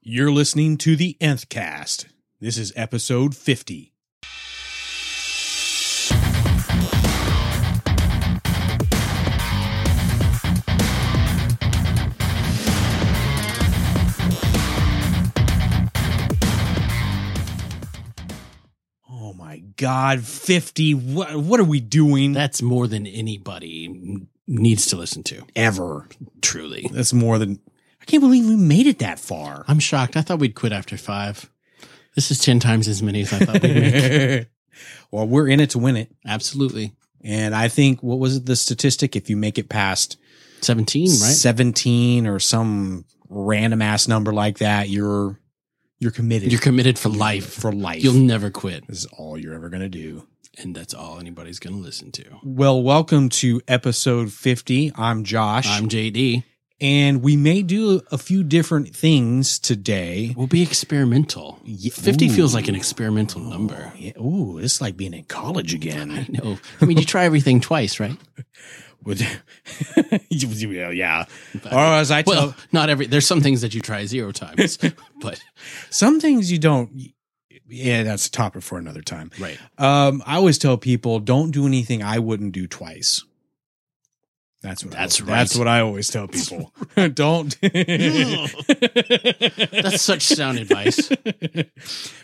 You're listening to the Nth Cast. This is episode 50. Oh my God, 50. What, what are we doing? That's more than anybody needs to listen to, Ever. truly. That's more than. I can't believe we made it that far. I'm shocked. I thought we'd quit after five. This is 10 times as many as I thought we'd make. well, we're in it to win it. Absolutely. And I think what was it the statistic? If you make it past 17, right? 17 or some random ass number like that, you're you're committed You're committed for life. for life. You'll never quit. this is all you're ever gonna do. And that's all anybody's going to listen to. Well, welcome to episode 50. I'm Josh. I'm JD. and we may do a few different things today. We'll be experimental. Ye- 50 Ooh. feels like an experimental number. Yeah, ooh, it's like being in college again. Oh, I know. I mean, you try everything twice, right? With yeah, yeah. Or as I tell, Well, not every. There's some things that you try zero times, but some things you don't. Yeah, that's a topic for another time. right. Um, I always tell people don't do anything I wouldn't do twice. That's what That's I, right. That's what I always tell people. don't. That's such sound advice.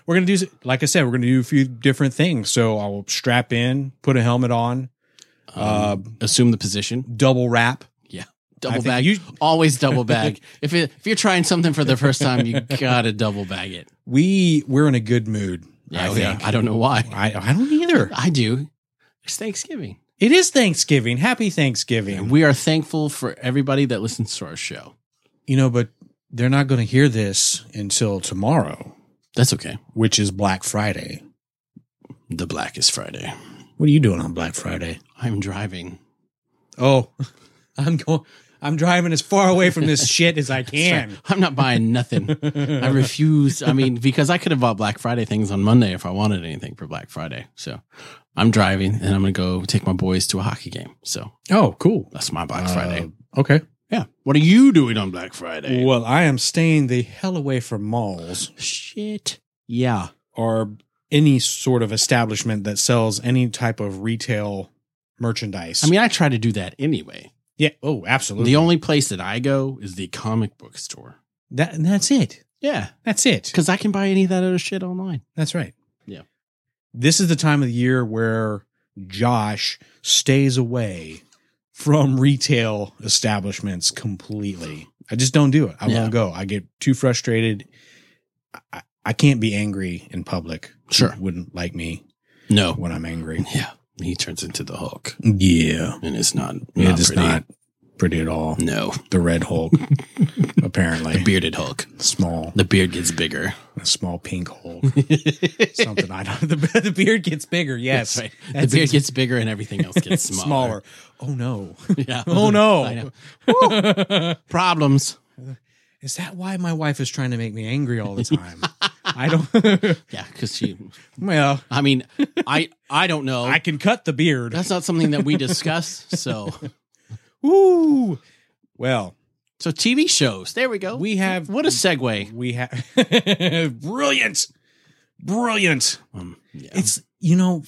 we're gonna do like I said. We're gonna do a few different things. So I'll strap in, put a helmet on, uh, Um, assume the position. double wrap. I double think bag. you- always double bag. if it, if you're trying something for the first time, you gotta double bag it. We we're in a good mood. I Yeah, yeah. think. I don't know why. I, I don't either. I do. It's Thanksgiving, It is Thanksgiving. Happy Thanksgiving. and we are thankful for everybody that listens to our show. you know, but they're not going to hear this until tomorrow, That's okay. which is Black Friday. The Blackest Friday. What are you doing on Black Friday? I'm driving. Oh, I'm going. I'm driving as far away from this shit as I can. I'm not buying nothing. I refuse. I mean, because I could have bought Black Friday things on Monday if I wanted anything for Black Friday. So I'm driving, and I'm gonna go take my boys to a hockey game. So Oh, cool. Uh, that's my Black Friday. Okay. Yeah. What are you doing on Black Friday? Well, I am staying the hell away from malls Shit. Yeah. or any sort of establishment that sells any type of retail merchandise. I mean, I try to do that anyway. yeah. Oh, absolutely. The only place that I go is the comic book store. that, and that's it. Yeah. That's it. Because I can buy any of that other shit online. That's right. Yeah. This is the time of the year where Josh stays away from retail establishments completely. I just don't do it. I Yeah. won't go. I get too frustrated. I- I, I can't be angry in public. Sure. People wouldn't like me No. when I'm angry. Yeah. He turns into the Hulk. Yeah. And it's not. It not is pretty. not pretty at all. No. The Red Hulk, The apparently. bearded Hulk. small, The beard gets bigger. a small pink Hulk. Something I don't. The, the beard gets bigger. Yes. That's right. That's the beard ex- gets bigger and everything else gets smaller. smaller. Oh no. Yeah. Oh I no. know. Problems. is that why my wife is trying to make me angry all the time? I don't Yeah. Because she, Well, I mean, I I don't know. I can cut the beard. That's not something that we discuss. So. Woo. Well, So TV shows. There we go. We have- what a segue. we have brilliant. Brilliant. Um, yeah. It's you know,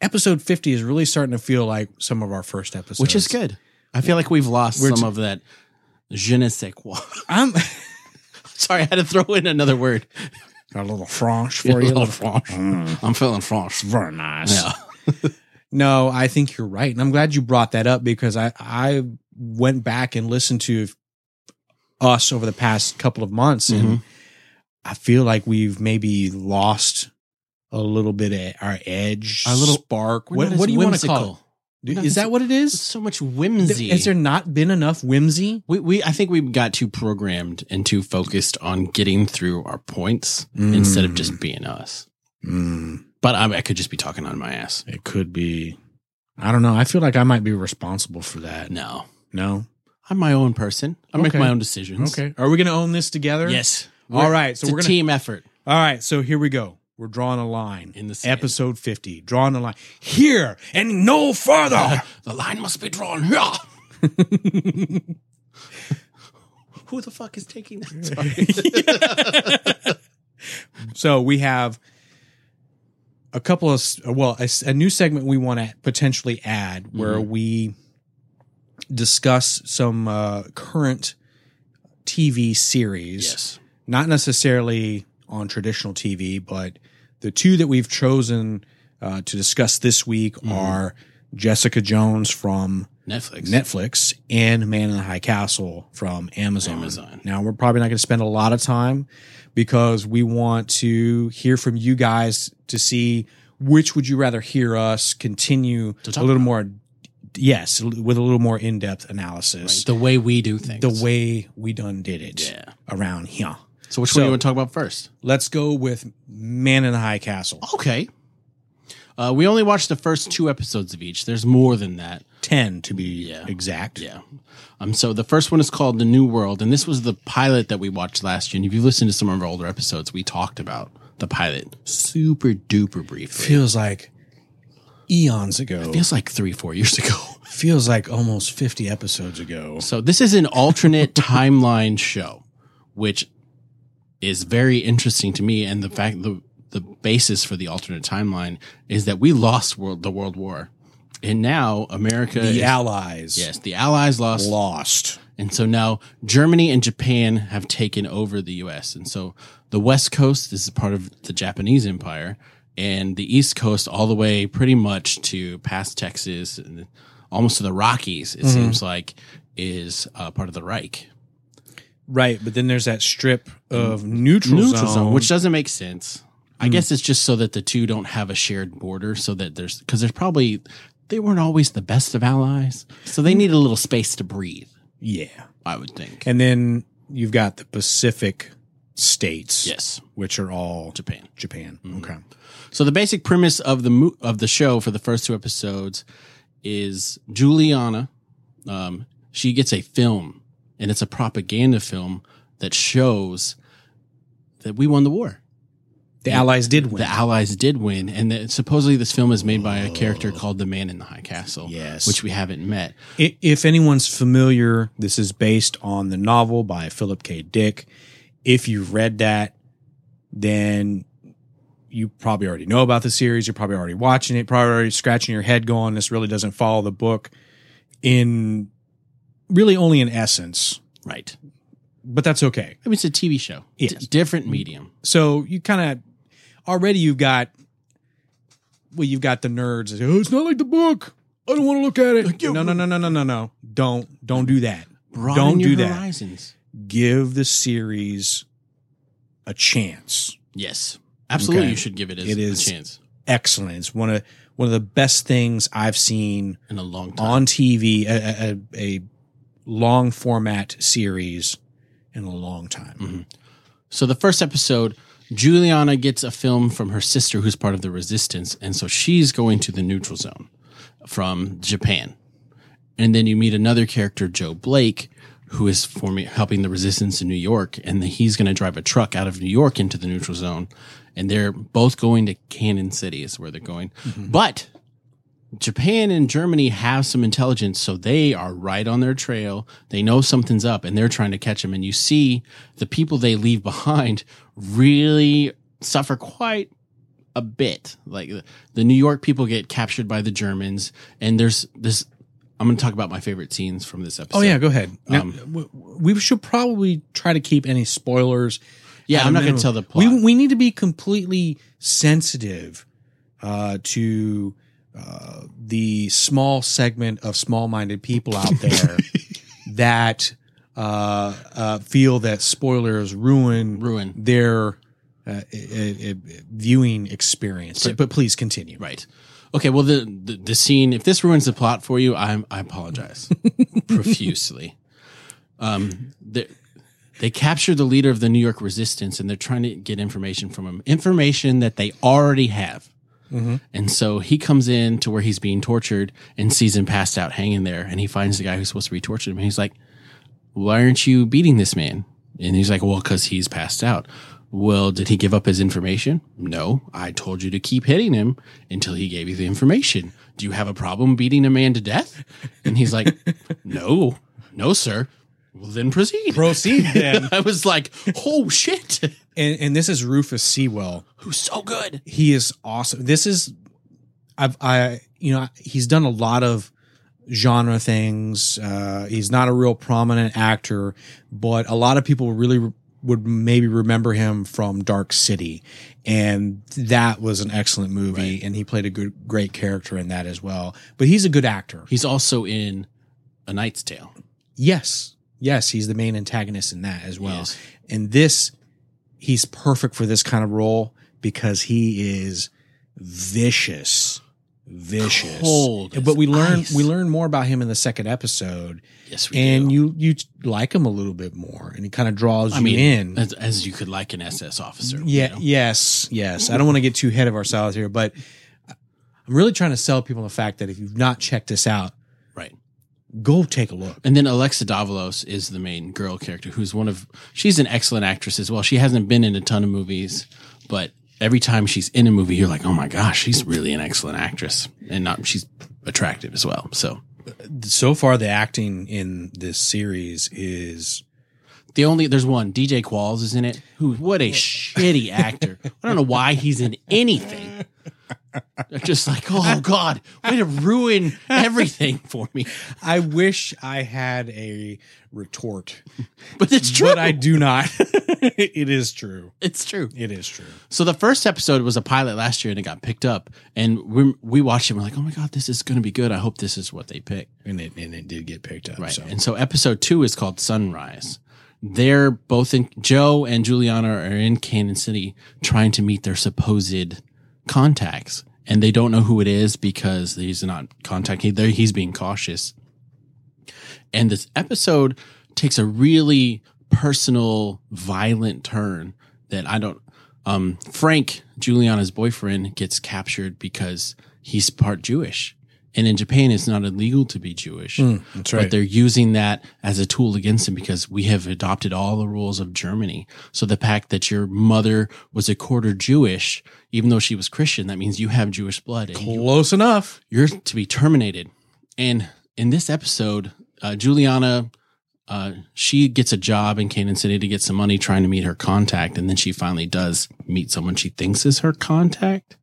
episode 50 is really starting to feel like some of our first episodes. which is good. I feel like we've lost We're some t- of that je ne sais quoi. I'm Sorry, I had to throw in another word. a little French A for you. Mm, little French. I'm feeling French. Very nice. Yeah. No, I think you're right. And I'm glad you brought that up because I, I went back and listened to us over the past couple of months and I feel like we've maybe lost a little bit of our edge, Our little- spark. We're What, not as what do you want to whimsical. call We're it? not Is as- that what it There's is? so much whimsy. Has there not been enough whimsy? we, we I think we got too programmed and too focused on getting through our points Mm. instead of just being us. Mm, But I, I could just be talking on my ass. it could be. I don't know. I feel like I might be responsible for that. No, No. I'm my own person. I make Okay. my own decisions. Okay. Are we going to own this together? Yes. All right. So it's we're a going to team effort All right, so here we go. We're drawing a line. in the sand. Episode 50, drawing a line. Here and no further. The line must be drawn here. Who the fuck is taking that? Sorry. So we have a couple of s- well, a, s- a new segment we want to potentially add where Mhm. we discuss some uh, current TV series, Yes. not necessarily on traditional TV, but the two that we've chosen uh, to discuss this week Mhm. are Jessica Jones from Netflix. Netflix and Man in the High Castle from Amazon. Amazon. Now we're probably not going to spend a lot of time because we want to hear from you guys to see which would you rather hear us continue To a talk little about. more yes with a little more in-depth Right. analysis The way we do things. the way we done did it Yeah. around here. So which So- one do you want to talk about first? Let's go with Man in the High Castle. Okay. Uh, we only watched the first two episodes of each. There's more than that. 10 to be Yeah. exact. Yeah. Um, so the first one is called The New World, and this was the pilot that we watched last year. And if you listen to some of our older episodes, we talked about the pilot super duper briefly. Feels like eons ago. Feels like three, four years ago. Feels like almost 50 episodes ago. So this is an alternate timeline show, which is very interesting to me. And the fact the the basis for the alternate timeline is that we lost world the World War, and now America The is- Allies. yes the Allies lost, lost. and so now Germany and Japan have taken over the U.S. And so the West Coast this is part of the Japanese Empire, and the East Coast all the way pretty much to past Texas and almost to the Rockies. It seems like is uh, part of the Reich. Right, but then there's that strip of neutral, neutral zone, zone, which doesn't make sense. I guess it's just so that the two don't have a shared border, so that there's because there's probably they weren't always the best of allies, so they need a little space to breathe. yeah. I would think. And then you've got the Pacific states, yes, Mm-hmm. which are all Japan. Japan. Okay. So the basic premise of the mo- of the show for the first two episodes is Juliana, um, she gets a film, and it's a propaganda film that shows that we won the war. The Allies did win. The Allies did win, and that supposedly this film is made by a character called the Man in the High Castle, Oh. Yes. which we haven't met. I- if anyone's familiar, this is based on the novel by Philip K. Dick. If you've read that, then you probably already know about the series. You're probably already watching it, probably already scratching your head going, this really doesn't follow the book in really only in essence, Right? but that's okay. I mean, it's a TV show, Yes. different medium. So you kind of already you've got well you've got the nerds. that say, Oh, it's not like the book. I don't want to look at it. you- No, no, no, no, no, no, no. Don't don't do that. Broaden Don't your do that. horizons. Give the series a chance. Yes, absolutely. Okay. You should give it, as It is- a chance Excellent. It's one of one of the best things I've seen in a long time. on TV. A, a, a long format series in a long time. So the first episode, Juliana gets a film from her sister who's part of the resistance, and so she's going to the neutral zone from Japan. And then you meet another character, Joe Blake, who is forming helping the resistance in New York, and then he's going to drive a truck out of New York into the neutral zone, and they're both going to Cannon City is where they're going. But Japan and Germany have some intelligence, so they are right on their trail. They know something's up and they're trying to catch them. And you see the people they leave behind really suffer quite a bit. Like the- the New York people get captured by the Germans, and there's this. I'm going to talk about my favorite scenes from this episode. Oh yeah, go ahead. Now, um, w- we should probably try to keep any spoilers Yeah, at I'm a not going to minimum. tell the plot. We we need to be completely sensitive uh, to uh, the small segment of small-minded people out there that uh, uh, feel that spoilers ruin Ruin. their uh, i- i- i- viewing experience. But, but please continue. Right. Okay. Well, the, the the scene. If this ruins the plot for you, I'm I apologize profusely. Um, they, they capture the leader of the New York resistance, and they're trying to get information from him. Information that they already have. And so he comes in to where he's being tortured and sees him passed out hanging there. And he finds the guy who's supposed to be torturing him. And he's like, Why aren't you beating this man? And he's like, Well, because he's passed out. Well, did he give up his information? No, I told you to keep hitting him until he gave you the information. Do you have a problem beating a man to death? And he's like, No, no, sir. Well, then proceed. Proceed then. I was like, oh shit, and, and this is Rufus Sewell. who's so good. He is awesome. This is, I've, I, you know, he's done a lot of genre things. Uh, he's not a real prominent actor, but a lot of people really re- would maybe remember him from Dark City. And that was an excellent movie. Right. And he played a good, great character in that as well. But he's a good actor. He's also in A Knight's Tale. Yes. Yes, he's the main antagonist in that as well. Yes. And this, he's perfect for this kind of role because he is vicious, vicious. Cold but we as learn ice. we learn more about him in the second episode, Yes, we and do. you you like him a little bit more, and it kind of draws I you mean, in. as, as you could like an SS officer. you Yeah. know? Yes. Yes. I don't want to get too ahead of ourselves here, but I'm really trying to sell people the fact that if you've not checked this out, right. go take a look. And then Alexa Davalos is the main girl character, who's one of she's an excellent actress as well. She hasn't been in a ton of movies, but every time she's in a movie, you're like, oh my gosh, she's really an excellent actress, and not she's attractive as well. So So far, the acting in this series is the only there's one DJ Qualls is in it. Who? What a shitty actor! I don't know why he's in anything. They're just like, oh god, way to ruin everything for me. I wish I had a retort, But it's true. but I do not. it is true. it's true. It is true. So the first episode was a pilot last year, and it got picked up. And we we watched it. And we're like, oh my god, this is going to be good. I hope this is what they pick. And it and it did get picked up. Right. So And so episode two is called Sunrise. They're both in Joe and Juliana are in Kansas City trying to meet their supposed contacts, and they don't know who it is because he's not contacting. They're, he's being cautious. And this episode takes a really personal, violent turn that I don't. Um, Frank, Juliana's boyfriend, gets captured because he's part Jewish. And in Japan, it's not illegal to be Jewish. that's But they're using that as a tool against him because we have adopted all the rules of Germany. So the fact that your mother was a quarter Jewish, even though she was Christian, that means you have Jewish blood. and you- Close enough. you're to be terminated. And in this episode, uh, Juliana, uh, she gets a job in Canaan City to get some money trying to meet her contact. And then she finally does meet someone she thinks is her contact.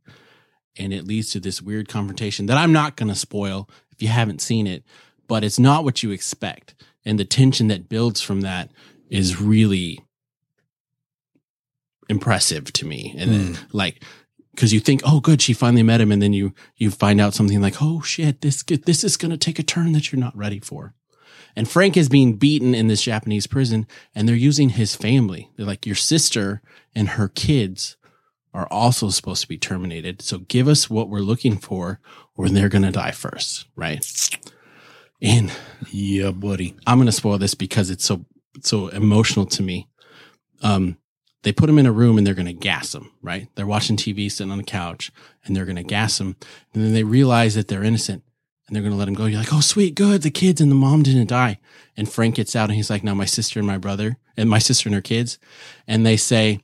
And it leads to this weird confrontation that I'm not going to spoil if you haven't seen it, but it's not what you expect. And the tension that builds from that is really impressive to me. And then, like, because you think, oh, good, she finally met him, and then you you find out something like, oh shit, this g- this is gonna take a turn that you're not ready for. And Frank is being beaten in this Japanese prison, and they're using his family. They're like, your sister and her kids are also supposed to be terminated. So give us what we're looking for, or they're gonna die first, right? And Yeah, buddy. I'm going to spoil this because it's so so emotional to me. Um, they put him in a room and they're going to gas him. Right? They're watching TV, sitting on the couch, and they're going to gas him. And then they realize that they're innocent, and they're going to let him go. You're like, oh sweet, good. The kids and the mom didn't die. And Frank gets out, and he's like, now my sister and my brother and my sister and her kids, and they say,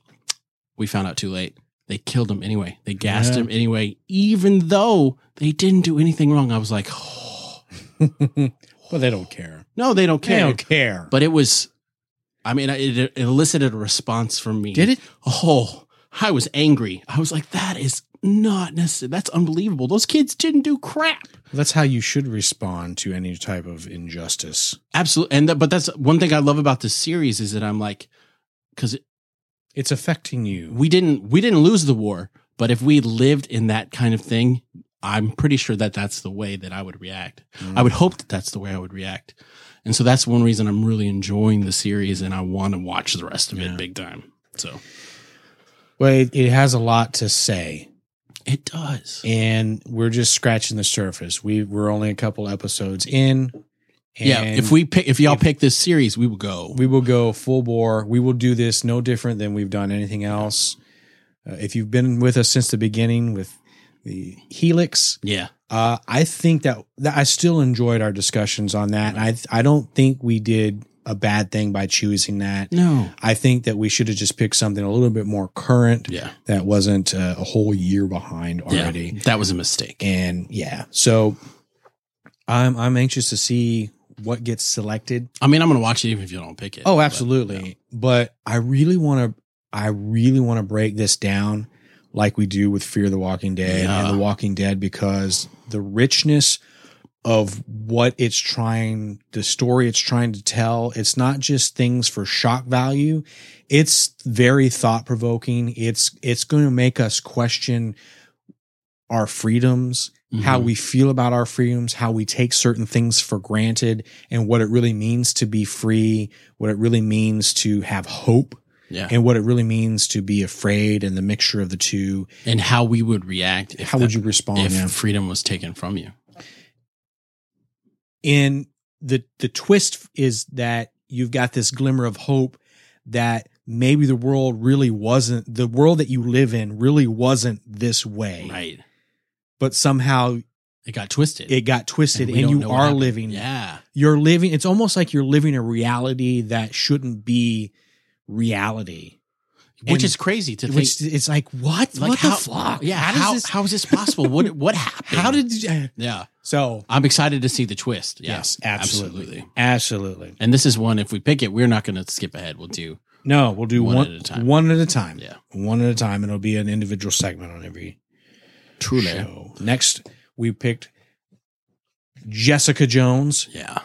we found out too late. They killed him anyway. They gassed Yeah. him anyway, even though they didn't do anything wrong. I was like, "Oh, Well, they don't care. no, they don't care. They don't care. but it was i mean it, it elicited a response from me Did it? oh i was angry i was like that is not necessary that's unbelievable those kids didn't do crap That's how you should respond to any type of injustice. absolutely and that, but that's one thing i love about this series is that i'm like because It's affecting you. we didn't we didn't lose the war but if we lived in that kind of thing i'm pretty sure that that's the way that i would react i would hope that that's the way i would react and so that's one reason i'm really enjoying the series and i want to watch the rest of Yeah. it big time so Well, it, it has a lot to say, it does and we're just scratching the surface. We we're only a couple episodes in. yeah, and if we pick, if y'all pick this series, we will go. we will go full bore. We will do this no different than we've done anything else. Uh, if you've been with us since the beginning with the Helix, Yeah, uh, I think that, that I still enjoyed our discussions on that. And I I don't think we did a bad thing by choosing that. no, I think that we should have just picked something a little bit more current yeah, that wasn't uh, a whole year behind yeah, already. that was a mistake. And yeah, so I'm I'm anxious to see what gets selected. I mean, I'm going to watch it even if you don't pick it. Oh, but- absolutely. But, I really want to I really want to break this down like we do with Fear the Walking Dead Yeah. and The Walking Dead because the richness of what it's trying the story it's trying to tell, it's not just things for shock value. It's very thought provoking. It's it's going to make us question our freedoms, Mhm. how we feel about our freedoms, how we take certain things for granted, and what it really means to be free, what it really means to have hope, yeah, and, and what it really means to be afraid, and the mixture of the two. how we would react. If How would you respond? if yeah. freedom was taken from you? And the the twist is that you've got this glimmer of hope that maybe the world really wasn't the world that you live in really wasn't this way, Right. but somehow It got twisted. it got twisted, we and, don't you know what are happened. living Yeah. you're living it's almost like you're living a reality that shouldn't be reality Which And- is crazy to think. which it's like what Like what how, the fuck Yeah. how, how, does this, how is this possible? what what happened? how did you, eh, Yeah. so I'm excited to see the twist. Yeah, yes absolutely absolutely, And this is one. If we pick it, we're not going to skip ahead. We'll do. no we'll do one, One at a time. one at a time Yeah. one at a time and it'll be an individual segment on every show next we picked Jessica Jones Yeah.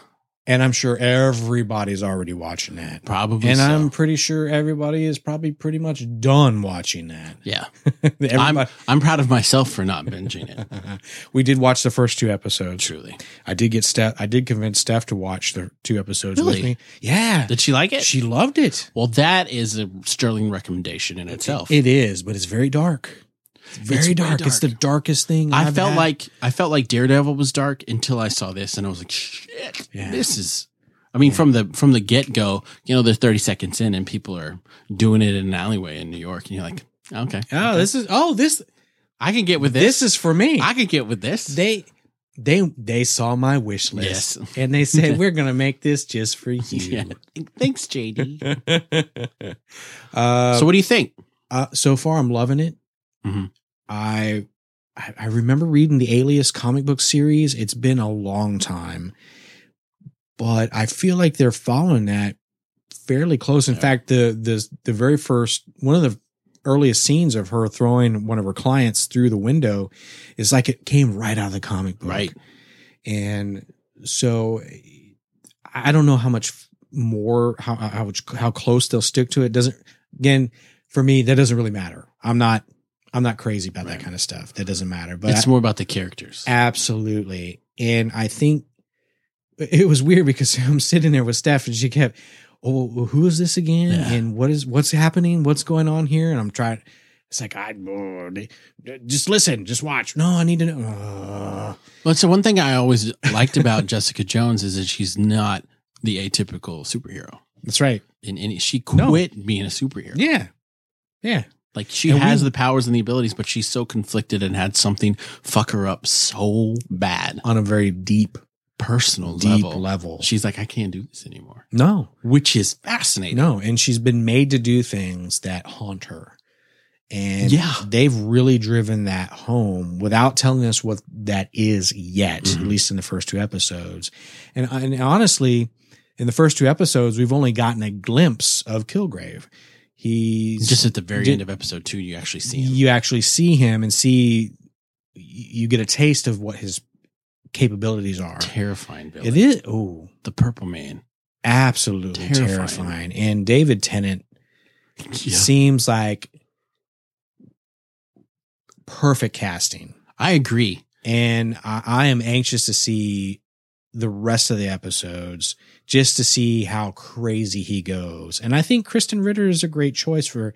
and I'm sure everybody's already watching that Probably. and so. I'm pretty sure everybody is probably pretty much done watching that Yeah. Everybody, I'm. I'm proud of myself for not binging it. we did watch the first two episodes. Truly. I did get Steph. I did convince Steph to watch the two episodes Really? with me. Yeah, Did she like it? she loved it. well, that is a sterling recommendation in itself. It is, but it's very dark. It's very way dark. It's the dark. darkest thing. I I've felt had. like I felt like Daredevil was dark until I saw this, and I was like, "Shit, Yeah. this is." I mean, from the from the get go, you know, they're thirty seconds in, and people are doing it in an alleyway in New York, and you're like, "Okay, oh, this is oh this I can get with this. this is for me. I can get with this." they they they saw my wish list Yes. and they said we're gonna make this just for you. yeah. Thanks, JD. uh, so, what do you think? uh, so far I'm loving it. Mhm. I I I remember reading the Alias comic book series. It's been a long time, but I feel like they're following that fairly close. In Yeah. fact, the the the very first one of the earliest scenes of her throwing one of her clients through the window is like it came right out of the comic book, Right. And so I don't know how much more how how much- how close they'll stick to it. Doesn't again for me that doesn't really matter. I'm not I'm not crazy about Right. that kind of stuff. That doesn't matter. But it's I- more about the characters. absolutely, and I think it was weird because I'm sitting there with Steph and she kept, "Oh, who is this again? Yeah. And what is what's happening? What's going on here?" And I'm trying. It's like I oh, d- d- just listen, just watch. No, I need to know. Uh, Well, so one thing I always liked about Jessica Jones is that she's not the atypical superhero. that's right. In any, she No. quit being a superhero. Yeah, yeah. Like she And has we- the powers and the abilities, but she's so conflicted and had something fuck her up so bad, On a very deep, personal deep level. level. She's like, I can't do this anymore, no, which is fascinating. No, and she's been made to do things that haunt her. And Yeah. they've really driven that home without telling us what that is yet, Mhm. at least in the first two episodes. And, and honestly, in the first two episodes, we've only gotten a glimpse of Kilgrave. He's Just at the very Did- end of episode two, you actually see him. you actually see him and see you get a taste of what his capabilities are. Terrifying villain. It is oh, the Purple Man. absolutely Terrifying. terrifying. And David Tennant seems like perfect casting. I agree. And I, I am anxious to see the rest of the episodes just to see how crazy he goes. And I think Kristen Ritter is a great choice for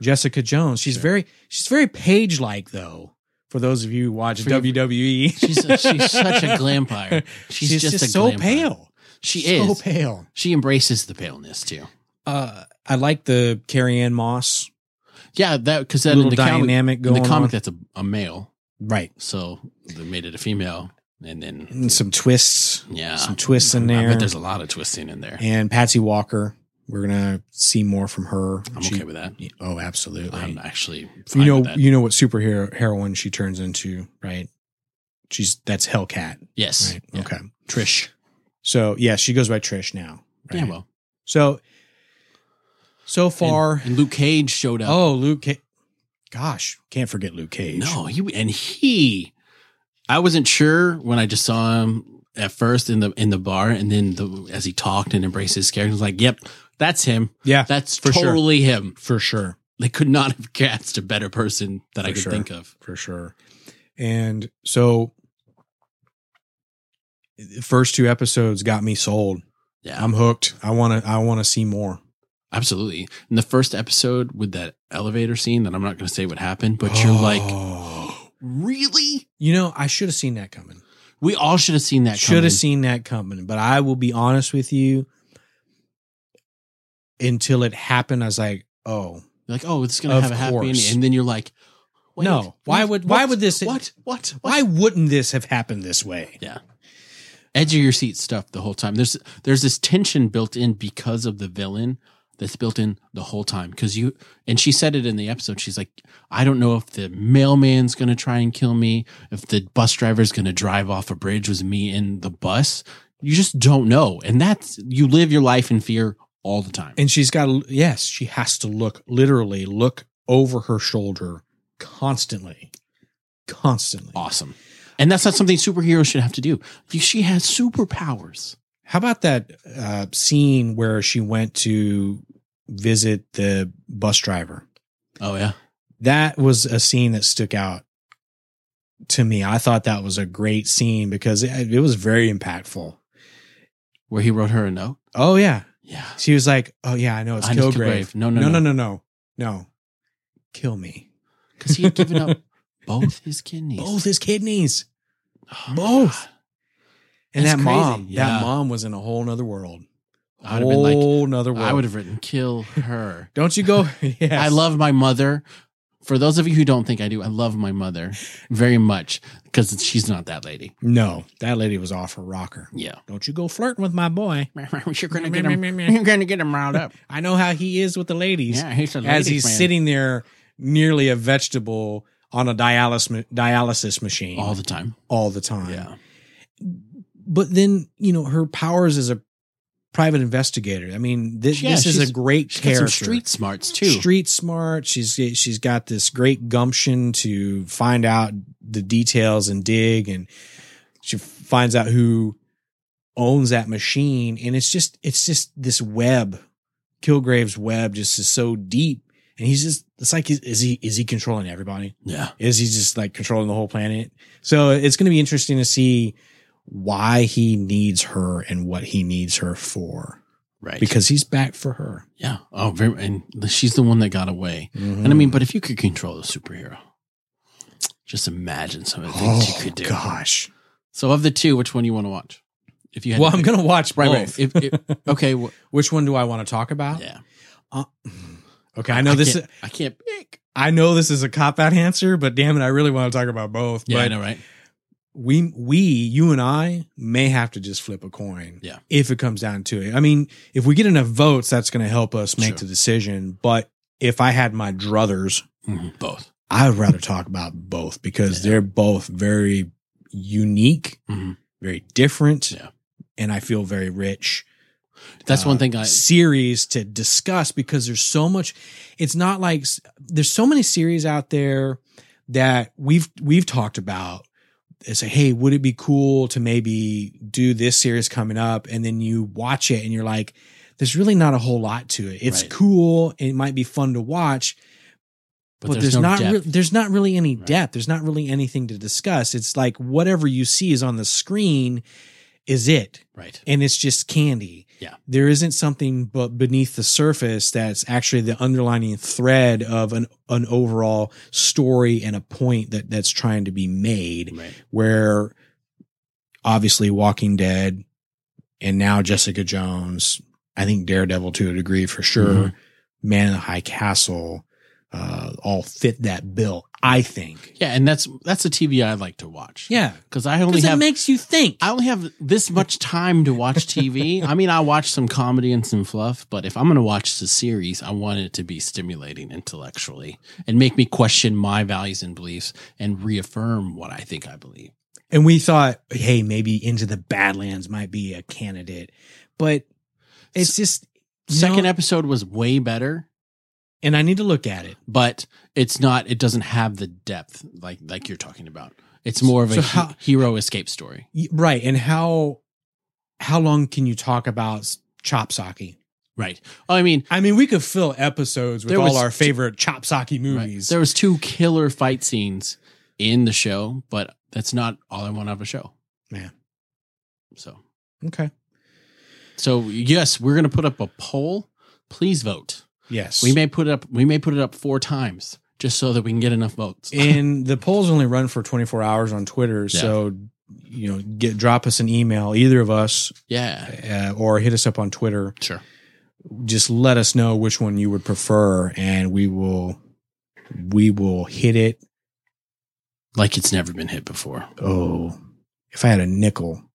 Jessica Jones. She's Sure. very she's very page like though. For those of you who watch For- WWE, She's she's such a glampire. She's, She's, just, just, a so glampire. pale. She so is. pale. She embraces the paleness too. Uh, I like the Carrie Ann Moss Yeah, that because that in little the comic, dynamic in going the comic on. that's a, a male, Right, so they made it a female, and then and some twists. yeah, some twists in I there. bet there's a lot of twisting in there. and Patsy Walker, we're gonna see more from her. I'm She- okay with that. Oh, absolutely. I'm actually fine you know, with that. you know what superhero heroine she turns into, right? She's that's Hellcat, yes, right? Yeah. Okay, Trish. So yeah, she goes by Trish now. Yeah, well, So so far, and Luke Cage showed up. oh Luke, Ca- gosh, can't forget Luke Cage. No, he and he. I wasn't sure when I just saw him at first in the in the bar, and then the, as he talked and embraced his character, I was like, "Yep, that's him. yeah, That's For sure. totally him." for sure, They could not have cast a better person that I For could sure. think of. for sure. And so, the first two episodes got me sold. Yeah, I'm hooked. I want to. I want to see more. absolutely. In the first episode with that elevator scene, that I'm not going to say what happened, but you're like, Oh. "Really?" you know, I should have seen that coming. We all should have seen that. Should coming. have seen that coming. But I will be honest with you. Until it happened, I was like, "Oh, You're like, "Oh, it's going to Of have a happy ending," course. and then you're like, wait, No. Why would- why would this- What? What? What? why wouldn't this have happened this way?" edge of your seat stuff the whole time. There's there's this tension built in because of the villain that's built in the whole time. Because you and she said it in the episode. She's like, I don't know if the mailman's gonna try and kill me, if the bus driver's gonna drive off a bridge with me in the bus. You just don't know, and that's you live your life in fear all the time. And she's got to, yes, she has to look, literally look over her shoulder constantly. Constantly. awesome, and that's not something superheroes should have to do. You- She has superpowers. How about that uh, scene where she went to visit the bus driver? Oh yeah, That was a scene that stuck out to me. I thought that was a great scene because it, it was very impactful. where he wrote her a note. Oh, yeah. Yeah, She was like, oh, yeah, I know it's I know it's Kilgrave. Kilgrave. No, no, no, no. no, no, no. No. Kill me. because he had given up both his kidneys. Both his kidneys. Oh my Both. God. And That's that crazy. mom, Yeah. that mom was in a whole nother world. I would have been like, whole nother world. I would have written, kill her. Don't you go? yes. I love my mother. For those of you who don't think I do, I love my mother very much because she's not that lady. No, that lady was off her rocker. Yeah. Don't you go flirting with my boy. you're going to get him. You're going to get him riled up. I know how he is with the ladies. Yeah, he's a As ladies' he's man. sitting there, nearly a vegetable on a dialysis dialysis machine all all, the time. the time. Yeah. But then you know her powers as a private investigator. I mean, this, Yeah, this is she's- a great She's got character. some street smarts too. Street smart. She's she's got this great gumption to find out the details and dig, and she finds out who owns that machine. And it's just it's just this web, Kilgrave's web, just is so deep. And he's just it's like is he is he controlling everybody? yeah. Is he just like controlling the whole planet? So it's going to be interesting to see why he needs her and what he needs her for Right. because he's back for her. yeah. Oh, very, and she's the one that got away. And I Mm. mean, but if you could control a superhero, just imagine some of the things you could do. Oh, gosh. So, of the two, which one do you want to watch? If you had, Well, to I'm pick- gonna watch right, both. right. If, if, okay, well, Which one do I want to talk about? Mm-hmm. yeah. Okay, I know this. can't- Is, I can't pick. I know this is a cop out answer, but damn it, I really want to talk about both. Yeah, I but know, right? we, we, you and I may have to just flip a coin. Yeah. If it comes down to it, I mean, if we get enough votes, that's going to help us make Sure. the decision. But if I had my druthers, Both. I would rather talk about both because they're both very unique, Mhm. very different, Yeah. and I feel very rich. That's uh, one thing I. series to discuss because there's so much it's not like there's so many series out there that we've we've talked about and say hey would it be cool to maybe do this series coming up and then you watch it and you're like there's really not a whole lot to it it's Right. cool and it might be fun to watch but, there's, no not depth. re- there's not really any Right. depth there's not really anything to discuss it's like whatever you see is on the screen is it right. and it's just candy. Yeah. There isn't something but beneath the surface that's actually the underlining thread of an an overall story and a point that that's trying to be made Right. where obviously Walking Dead and now Jessica Jones, I think Daredevil to a degree for sure, Mhm. Man in the High Castle uh all fit that bill, I think. Yeah, and that's that's a TV I like to watch. Yeah. because I only Because it have makes you think. I only have this much time to watch TV. I mean, I watch some comedy and some fluff, but if I'm going to watch the series, I want it to be stimulating intellectually and make me question my values and beliefs and reaffirm what I think I believe. And we thought, hey, maybe Into the Badlands might be a candidate, but it's just Second no- episode was way better, and I need to look at it. but it's not. It doesn't have the depth like like you're talking about. It's more of a So he- how- hero escape story. Y- Right. And how how long can you talk about s- chop socky? Right. Oh, I mean, I mean, we could fill episodes with There was all our t- favorite chop socky right, movies. there was two killer fight scenes in the show, but that's not all I want out of a show. Yeah. So okay. so yes, we're gonna put up a poll. Please vote. Yes. We may put it up. We may put it up four times just so that we can get enough votes. and the polls only run for 24 hours on Twitter. So, you know, get drop us an email, either of us, yeah. uh, or hit us up on Twitter. Sure. Just let us know which one you would prefer, and we will we will hit it. Like it's never been hit before. Oh, if I had a nickel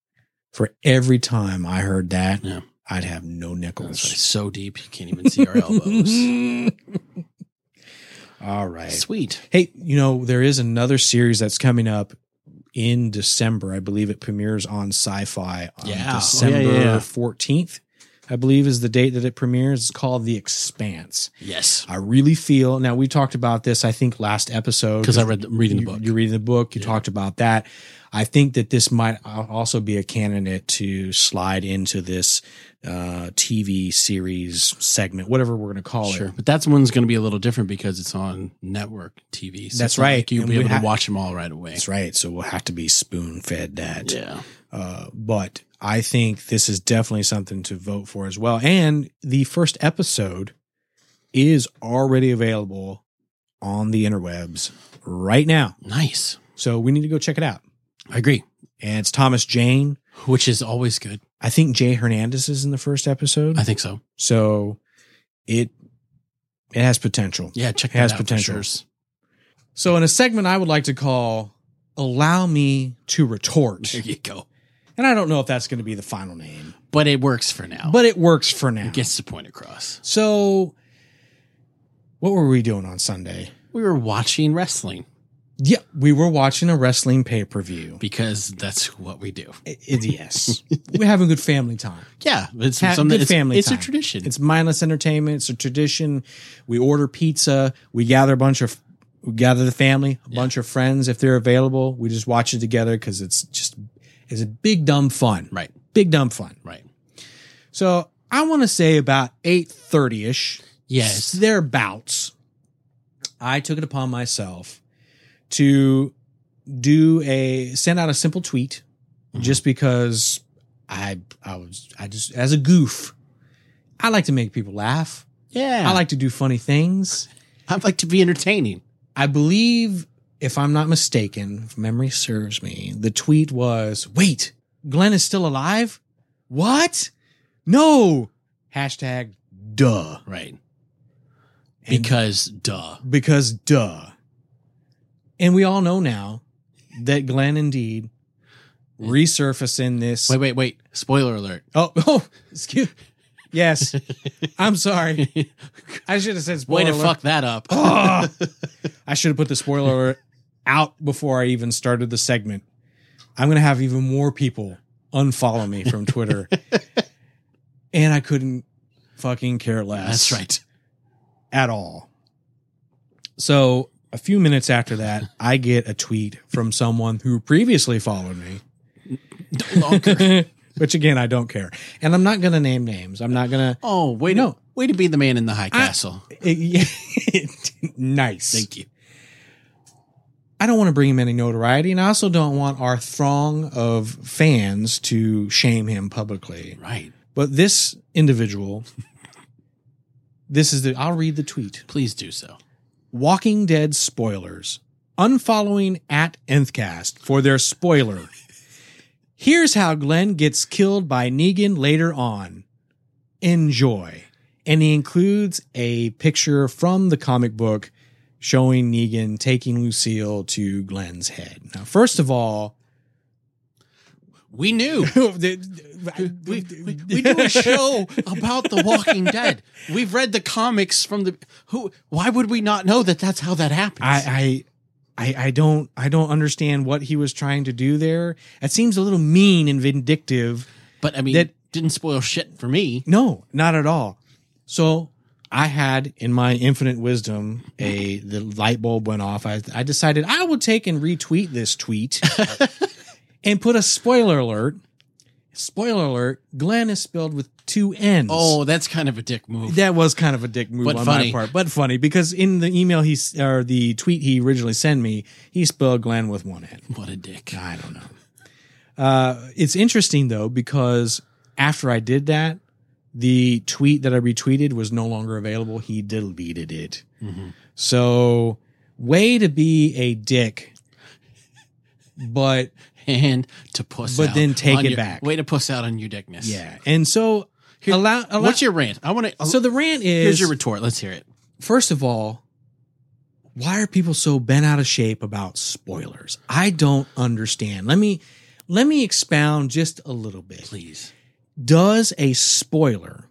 for every time I heard that, Yeah. I'd have no It's like nickels. so deep you can't even see our elbows. All right. Sweet. Hey, you know, there is another series that's coming up in December. I believe it premieres on sci fi on Yeah. Oh, yeah, December yeah, yeah. 14th, I believe is the date that it premieres. It's called The Expanse. Yes. I really feel, now we talked about this, I think, last episode. Because I read the, I'm reading the Oh, You- book. You're reading the book. You Yeah. talked about that. I think that this might al- also be a candidate to slide into this uh, TV series segment, whatever we're going to call Sure. it. But that's one's going to be a little different because it's on network TV. That's it's not right. Like you'll And be we able ha- to watch them all right away. That's right. So we'll have to be spoon fed that. Yeah. Uh, but I think this is definitely something to vote for as well. And the first episode is already available on the interwebs right now. Nice. So we need to go check it out. I agree. And it's Thomas Jane. Which is always good. I think Jay Hernandez is in the first episode. I think so. So it it has potential. Yeah. Check It has that out for potential. sure. So in a segment I would like to call Allow Me to Retort. There you go. And I don't know if that's going to be the final name, But it works for now. but it works for now. it gets the point across. So, what were we doing on Sunday? We were watching wrestling Yeah, we were watching a wrestling pay per view. because that's what we do. Yes, we're having good family time. Yeah. It's Ha- something good it's, family It's time. a tradition. It's mindless entertainment. It's a tradition. We order pizza. We gather a bunch of, we gather the family, a bunch of friends if they're available. We just watch it together because it's just, it's a big dumb fun. right. Big dumb fun. Right. So I want to say about eight thirty ish. Yes. thereabouts, I took it upon myself to do a send out a simple tweet Mhm. just because I I was I just as a goof. I like to make people laugh. Yeah. I like to do funny things. I'd like to be entertaining. I believe if I'm not mistaken, if memory serves me, the tweet was, "Wait, Glenn is still alive? What? No." Hashtag duh. Right. And- Because duh. because duh. And we all know now that Glenn indeed resurfaced in this. Wait, wait, wait. Spoiler alert. Oh, oh, excuse. Yes, I'm sorry. I should have said spoiler. Ah. Way to alert. fuck that up. Ugh. I should have put the spoiler alert out before I even started the segment. I'm gonna have even more people unfollow me from Twitter, and I couldn't fucking care less. That's right. at all. So a few minutes after that, I get a tweet from someone who previously followed me, No longer. which again, I don't care. And I'm not going to name names. I'm not going oh, way to, No. way to be the man in the high castle. to. nice. Thank you. I don't want to bring him any notoriety. And I also don't want our throng of fans to shame him publicly. Right. But this individual, this is the, I'll read the tweet. Please do so. Walking Dead spoilers. Unfollowing at Nthcast for their spoiler. Here's how Glenn gets killed by Negan later on. Enjoy. And he includes a picture from the comic book showing Negan taking Lucille to Glenn's head. Now, first of all, We knew. we, We, we, we do a show about The Walking Dead. We've read the comics from the who. Why would we not know that that's how that happens? I, I, I don't I don't understand what he was trying to do there. It seems a little mean and vindictive. But I mean, That- that didn't spoil shit for me. No, not at all. So I had in my infinite wisdom a the light bulb went off. I, I decided I will take and retweet this tweet and put a spoiler alert. Spoiler alert, Glenn is spelled with two N's. Oh, that's kind of a dick move. That was kind of a dick move But on my funny. part, but funny because in the email he s- or the tweet he originally sent me, he spelled Glenn with one N. what a dick. I don't know. Uh, it's interesting though because after I did that, the tweet that I retweeted was no longer available. He deleted it. Mm-hmm. So, way to be a dick, but And to puss But out then take on it your- back. Way to puss out on your dickness. yeah. And so, allow, allow What's your rant? I want to. so the rant here's is your retort. Let's hear it. first of all, why are people so bent out of shape about spoilers? I don't understand. Let me let me expound just a little bit. Please. does a spoiler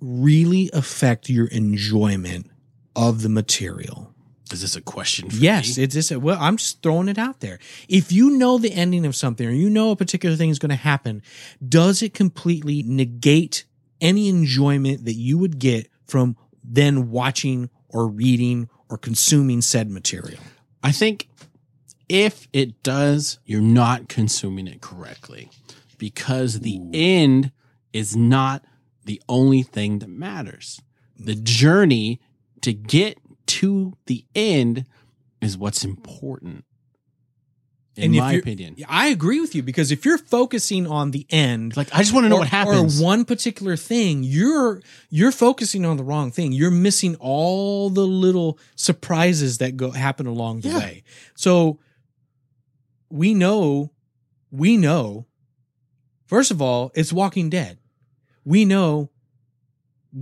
really affect your enjoyment of the material? Is this a question for Yes, me? it's just well, I'm just throwing it out there. If you know the ending of something or you know a particular thing is going to happen, does it completely negate any enjoyment that you would get from then watching or reading or consuming said material? I think if it does, you're not consuming it correctly because the end is not the only thing that matters. The Mm. journey to get to the end is what's important, in And if my you're- opinion. I agree with you because if you're focusing on the end, Like, I just want to know or, what happens. or one particular thing you're you're focusing on the wrong thing you're missing all the little surprises that go happen along the Yeah. way so we know we know first of all it's walking dead we know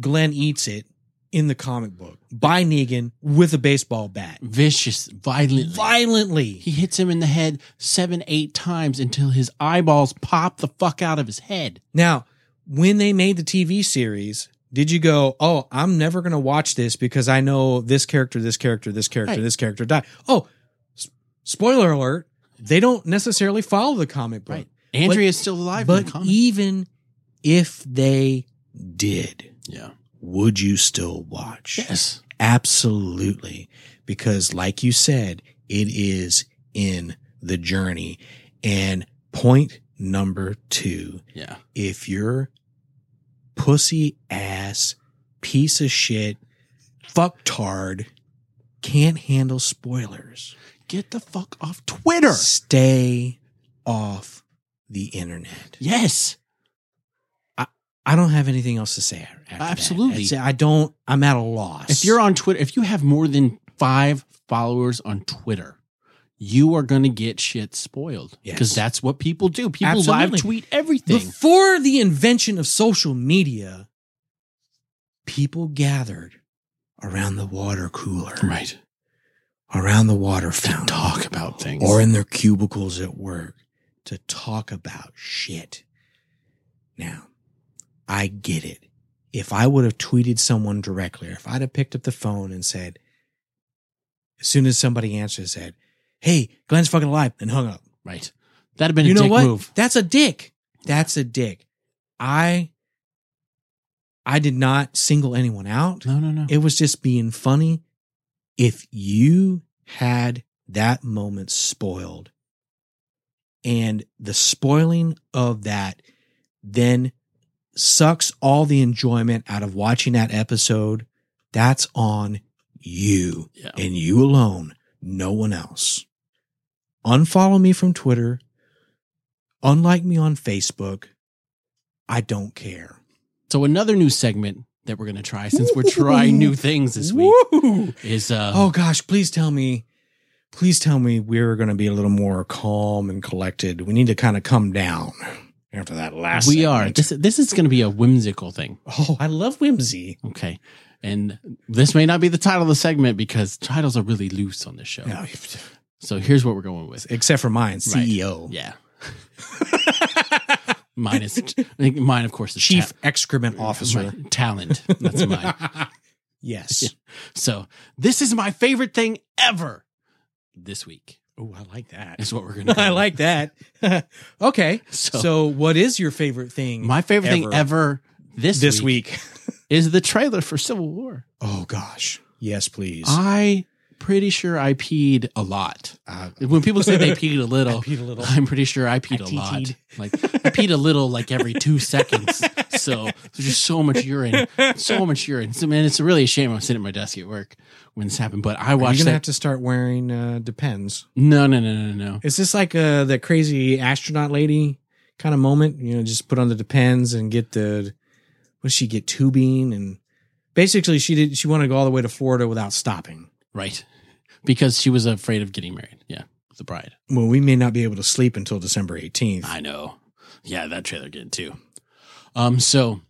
glenn eats it in the comic book by negan with a baseball bat Vicious, violently. violently He hits him in the head seven, eight times until his eyeballs pop the fuck out of his head. Now, when they made the TV series, did you go, "Oh, I'm never going to watch this because I know this character, this character, this character, Right. this character died." Oh, s- spoiler alert, they don't necessarily follow the comic book. Right. e- Andrea is still alive. in But the comic. even if they did, yeah. would you still watch? Yes. Absolutely. Because, like you said, it is in the journey. And point number two Yeah. if you're pussy ass piece of shit fucktard can't handle spoilers Get the fuck off Twitter. stay off the internet Yes. i don't have anything else to say after that. Absolutely. It's- i don't i'm at a loss If you're on Twitter, if you have more than five followers on Twitter, you are going to get shit spoiled Yes. because that's what people do. People Absolutely. live tweet everything. before the invention of social media people gathered around the water cooler right. around the water fountain Talk about things. or in their cubicles at work to talk about shit. Now, I get it. If I would have tweeted someone directly, or if I'd have picked up the phone and said, as soon as somebody answered, said, Hey, Glenn's fucking alive, and hung up. right. That'd have been you a know dick what? move. That's a dick. That's a dick. I I did not single anyone out. No, no, no. It was just being funny. If you had that moment spoiled and the spoiling of that then sucks all the enjoyment out of watching that episode, that's on you yeah. and you alone, no one else. Unfollow me from Twitter. Unlike me on Facebook. I don't care. So another new segment that we're going to try since we're trying new things this week Woo! is uh oh gosh, please tell me, please tell me we're going to be a little more calm and collected. We need to kind of come down after that last. we are segment. this this is going to be a whimsical thing. oh, I love whimsy. Okay. And this may not be the title of the segment because titles are really loose on this show. No, So here's what we're going with. except for mine, E CEO, Yeah. mine is I think mine, of course, is Chief ta- Excrement Officer. my talent. That's mine. yes. So this is my favorite thing ever. this week. Oh, I like that. Is what we're gonna. I do. like that. okay. So- So, what is your favorite thing my favorite thing ever this this week, week? is the trailer for Civil War. Oh gosh. Yes, please. Uh, I pretty sure I peed a lot. Uh, When people say they peed a I little, peed a little. I'm pretty sure I peed a I lot. TT'd. Like I peed a little like every two seconds. So there's just so much urine, so much urine. So man, it's really a shame I'm sitting at my desk at work when this happened. But I You're watched gonna have that. to start wearing uh, depends. No, no, no, no, no. Is this like uh, the crazy astronaut lady kind of moment? You know, just put on the depends and get the what did she get tubing and basically she did she wanted to go all the way to Florida without stopping. Right, because she was afraid of getting married. Yeah, the bride. Well, we may not be able to sleep until December 18th. I know. Yeah, that trailer did too. Um, so,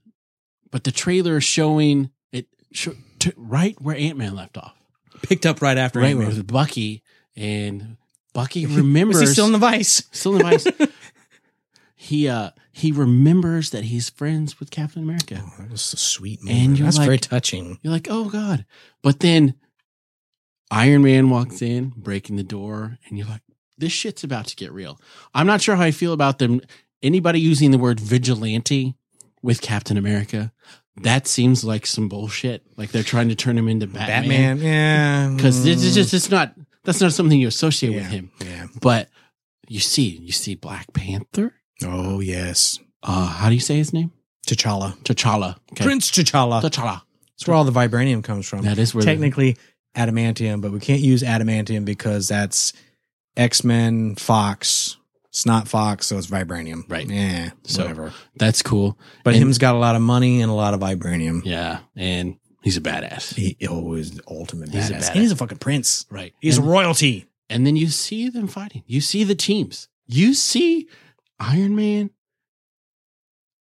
but the trailer showing it sh- t- right where Ant Man left off, Picked up right after. right Ant-Man. where with Bucky and Bucky Was remembers he still in the vice? still in vice. he uh he remembers that he's friends with Captain America. Oh, that was a sweet moment. And you're That's like- very touching. You're like, oh god, but then Iron Man walks in, breaking the door, and you're like, this shit's about to get real. I'm not sure how I feel about them. Anybody using the word vigilante with Captain America, that seems like some bullshit. Like they're trying to turn him into Batman. Batman, yeah, Because this is just it's not that's not something you associate with Yeah. him. yeah. But you see, you see Black Panther. Oh yes, Uh, how do you say his name? T'Challa, T'Challa. Okay. Prince T'Challa. T'Challa. That's where all the vibranium comes from. That is where Technically, adamantium, but we can't use adamantium because that's X Men, Fox. It's not Fox, so it's vibranium. Right. Yeah. So- whatever. that's cool. But and- him's got a lot of money and a lot of vibranium. Yeah, and he's a badass. He always the ultimate He's a badass. badass. And he's a fucking prince. Right. He's and, royalty. and then you see them fighting. You see the teams. You see Iron Man.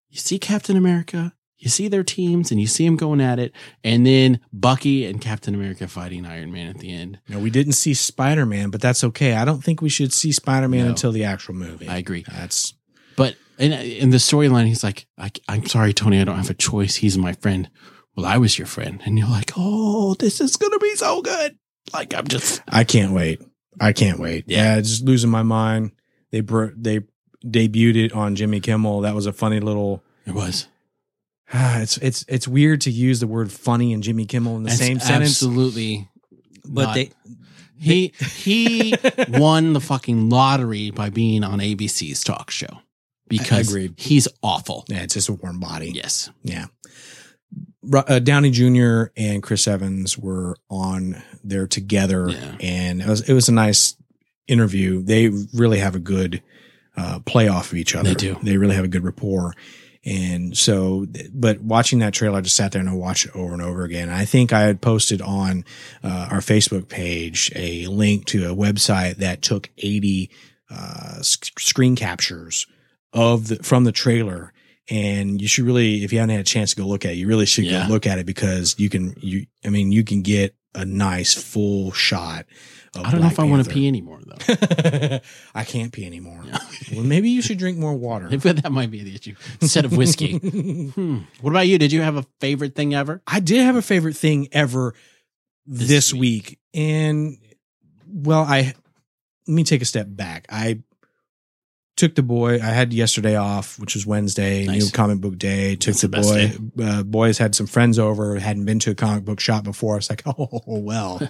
You see Captain America. You see their teams, and you see them going at it. And then Bucky and Captain America fighting Iron Man at the end. No, we didn't see Spider Man, but that's okay. I don't think we should see Spider Man No. until the actual movie. I agree. That's But in, in the storyline, he's like, I, I'm sorry, Tony, I don't have a choice. He's my friend. Well, I was your friend. And you're like, oh, this is going to be so good. Like, I'm just, I can't wait. I can't wait. Yeah. Yeah, it's just losing my mind. They br- they debuted it on Jimmy Kimmel. That was a funny little. it was. it's it's it's weird to use the word funny and Jimmy Kimmel in the That's same sentence, Absolutely. but not- they he, he won the fucking lottery by being on ABC's talk show because Agreed. he's awful. yeah, it's just a warm body. Yes. Ru- uh, Downey Jr. and Chris Evans were on there together, Yeah. and it was it was a nice interview. They really have a good uh, play off of each other. They do. They really have a good rapport, and so. th- But watching that trailer, I just sat there and I watched it over and over again. I think I had posted on uh, our Facebook page a link to a website that took eighty uh, sc- screen captures of the from the trailer. And you should really, if you haven't had a chance to go look at it, you really should Yeah. go look at it because you can, you, I mean, you can get a nice full shot. Of I don't know Black if I want to Panther. pee anymore, though. I can't pee anymore. Well, maybe you should drink more water. Maybe that might be the issue instead of whiskey. hmm. What about you? Did you have a favorite thing ever? I did have a favorite thing ever This this, week. and well, I let me take a step back. I took the boy. I had yesterday off, which was Wednesday, Nice. new comic book day. Took That's the, the best boy. Uh, boys had some friends over. Hadn't been to a comic book shop before. It's like, oh well,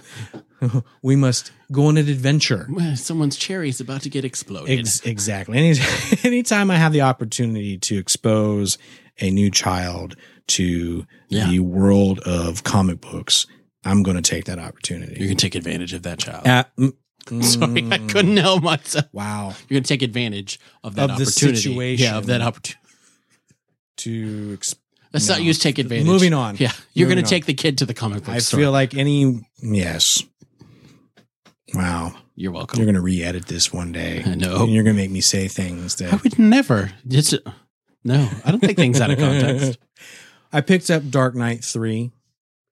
we must go on an adventure. Well, Someone's cherry is about to get exploded. Ex- exactly. Any, anytime I have the opportunity to expose a new child to Yeah. the world of comic books, I'm going to take that You're opportunity. going to take advantage of that child. Uh, mm, Sorry, I mm, couldn't help myself. Wow. You're going to take advantage of that Of the opportunity. situation. Yeah, of that opportunity. To ex- Let's not No. use take advantage. moving on. Yeah, you're going Moving to on. take the kid to the comic book I store. feel like any yes. Wow, you're you're welcome. going to re-edit this one day. I know. And you're going to make me say things I that would never. It's, no, I don't take things out of context. I picked up Dark Knight three,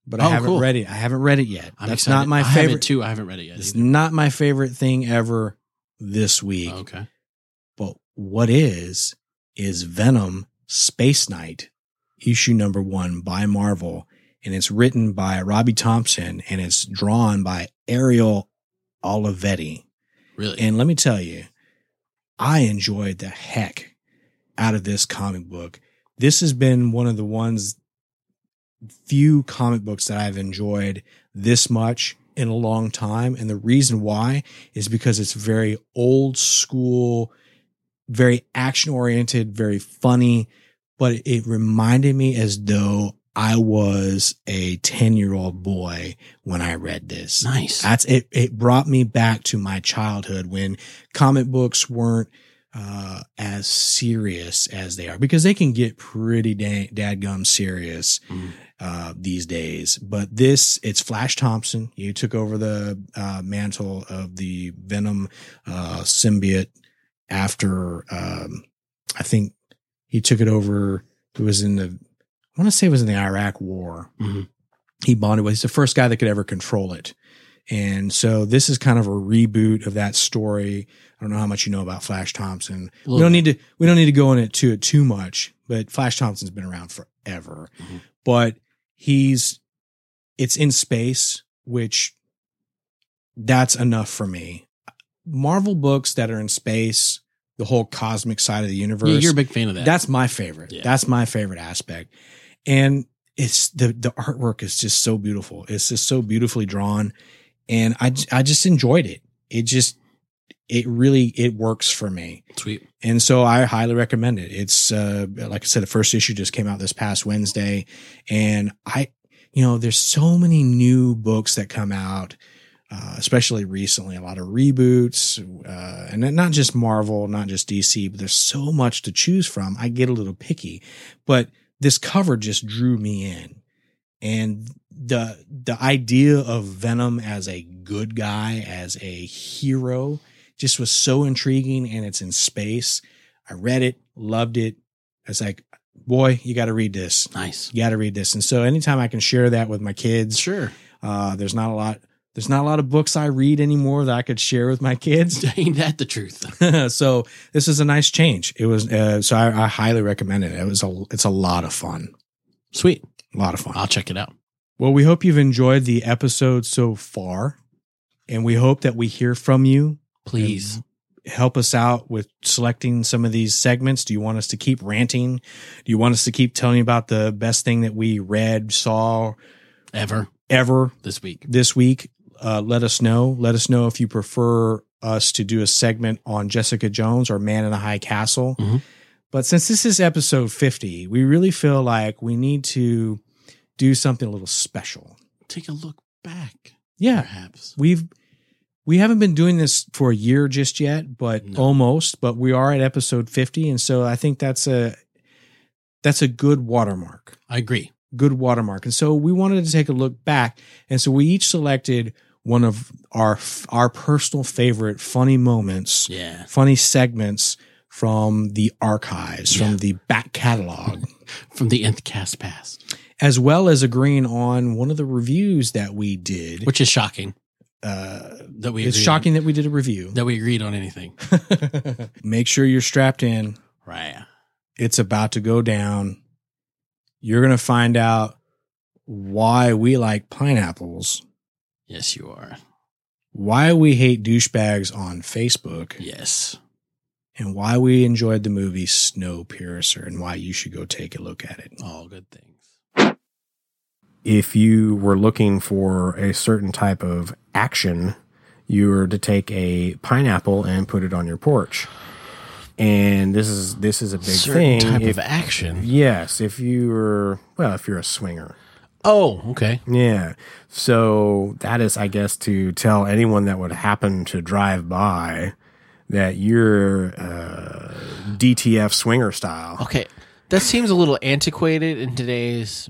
but Oh, I haven't cool. read it. I haven't read it yet. I'm That's excited. not my I have it favorite. too. I haven't read it yet. It's either. Oh, not my favorite thing ever this week. okay. But what is is Venom Space Knight issue number 1 by Marvel and it's written by Robbie Thompson and it's drawn by Ariel Olivetti. Really? And let me tell you, I enjoyed the heck out of this comic book. This has been one of the ones few comic books that I've enjoyed this much in a long time. And the reason why is because it's very old school, very action oriented, very funny, but it reminded me as though I was a 10 year old boy when I read this. nice. That's it. It brought me back to my childhood when comic books weren't uh, as serious as they are because they can get pretty dang, dadgum serious Mm. uh, these days. But this, it's Flash Thompson. You took over the uh, mantle of the Venom uh, symbiote after um, I think he took it over. It was in the I want to say it was in the Iraq War. Mhm. He bonded with. He's the first guy that could ever control it. And so this is kind of a reboot of that story. I don't know how much you know about Flash Thompson. A we little don't need to we don't need to go into it too much, but Flash Thompson's been around forever. Mhm. But he's it's in space, which that's enough for me. Marvel books that are in space, the whole cosmic side of the bit. universe. Yeah, you're a big fan of that. That's my favorite. Yeah. That's my favorite aspect. And it's the the artwork is just so beautiful. It's just so beautifully drawn and I j- I just enjoyed it. It just it really it works for me. sweet. And so I highly recommend it. It's uh like I said the first issue just came out this past Wednesday and I you know there's so many new books that come out uh, especially recently, a lot of reboots, uh, and then not just Marvel, not just DC, but there's so much to choose from. I get a little picky, but this cover just drew me in, and the the idea of Venom as a good guy, as a hero, just was so intriguing, and it's in space. I read it, loved it. I was like, boy, you got to read this. Nice. You got to read this. And so, anytime I can share that with my kids, Sure. uh, there's not a lot. There's not a lot of books I read anymore that I could share with my kids. Ain't that the truth? so this is a nice change. It was uh, so I, I highly recommend it. It was a it's a lot of fun. Sweet. A lot of fun. I'll check it out. Well, we hope you've enjoyed the episode so far, and we hope that we hear from you. Please. Help us out with selecting some of these segments. Do you want us to keep ranting? Do you want us to keep telling you about the best thing that we read, saw, Ever ever? this week. this week. Uh, let us know. Let us know if you prefer us to do a segment on Jessica Jones or Man in a High Castle. Mhm. But since this is episode 50, we really feel like we need to do something a little special. Take a look back, Yeah. perhaps. We've we haven't been doing this for a year just yet, but No. almost, but we are at episode 50 and so I think that's a that's a good watermark I agree. good watermark. And so we wanted to take a look back. And so we each selected one of our our personal favorite funny moments, Yeah. funny segments from the archives, Yeah. from the back catalog, From the nth cast past, as well as agreeing on one of the reviews that we did. which is shocking uh, that we it's agreed shocking that we did a review. on, that we agreed on anything. Make sure you're strapped in. Right. It's about to go down. You're going to find out why we like pineapples. Yes, you are. why we hate douchebags on Facebook Yes. and why we enjoyed the movie Snowpiercer and why you should go take a look at it. All good things. if you were looking for a certain type of action, you were to take a pineapple and put it on your porch. And this is this is a big Certain thing. type if, of action. yes, if you're well, if you're a swinger. Oh, okay. Yeah. So that is I guess to tell anyone that would happen to drive by that you're uh, DTF swinger style. Okay. That seems a little antiquated in today's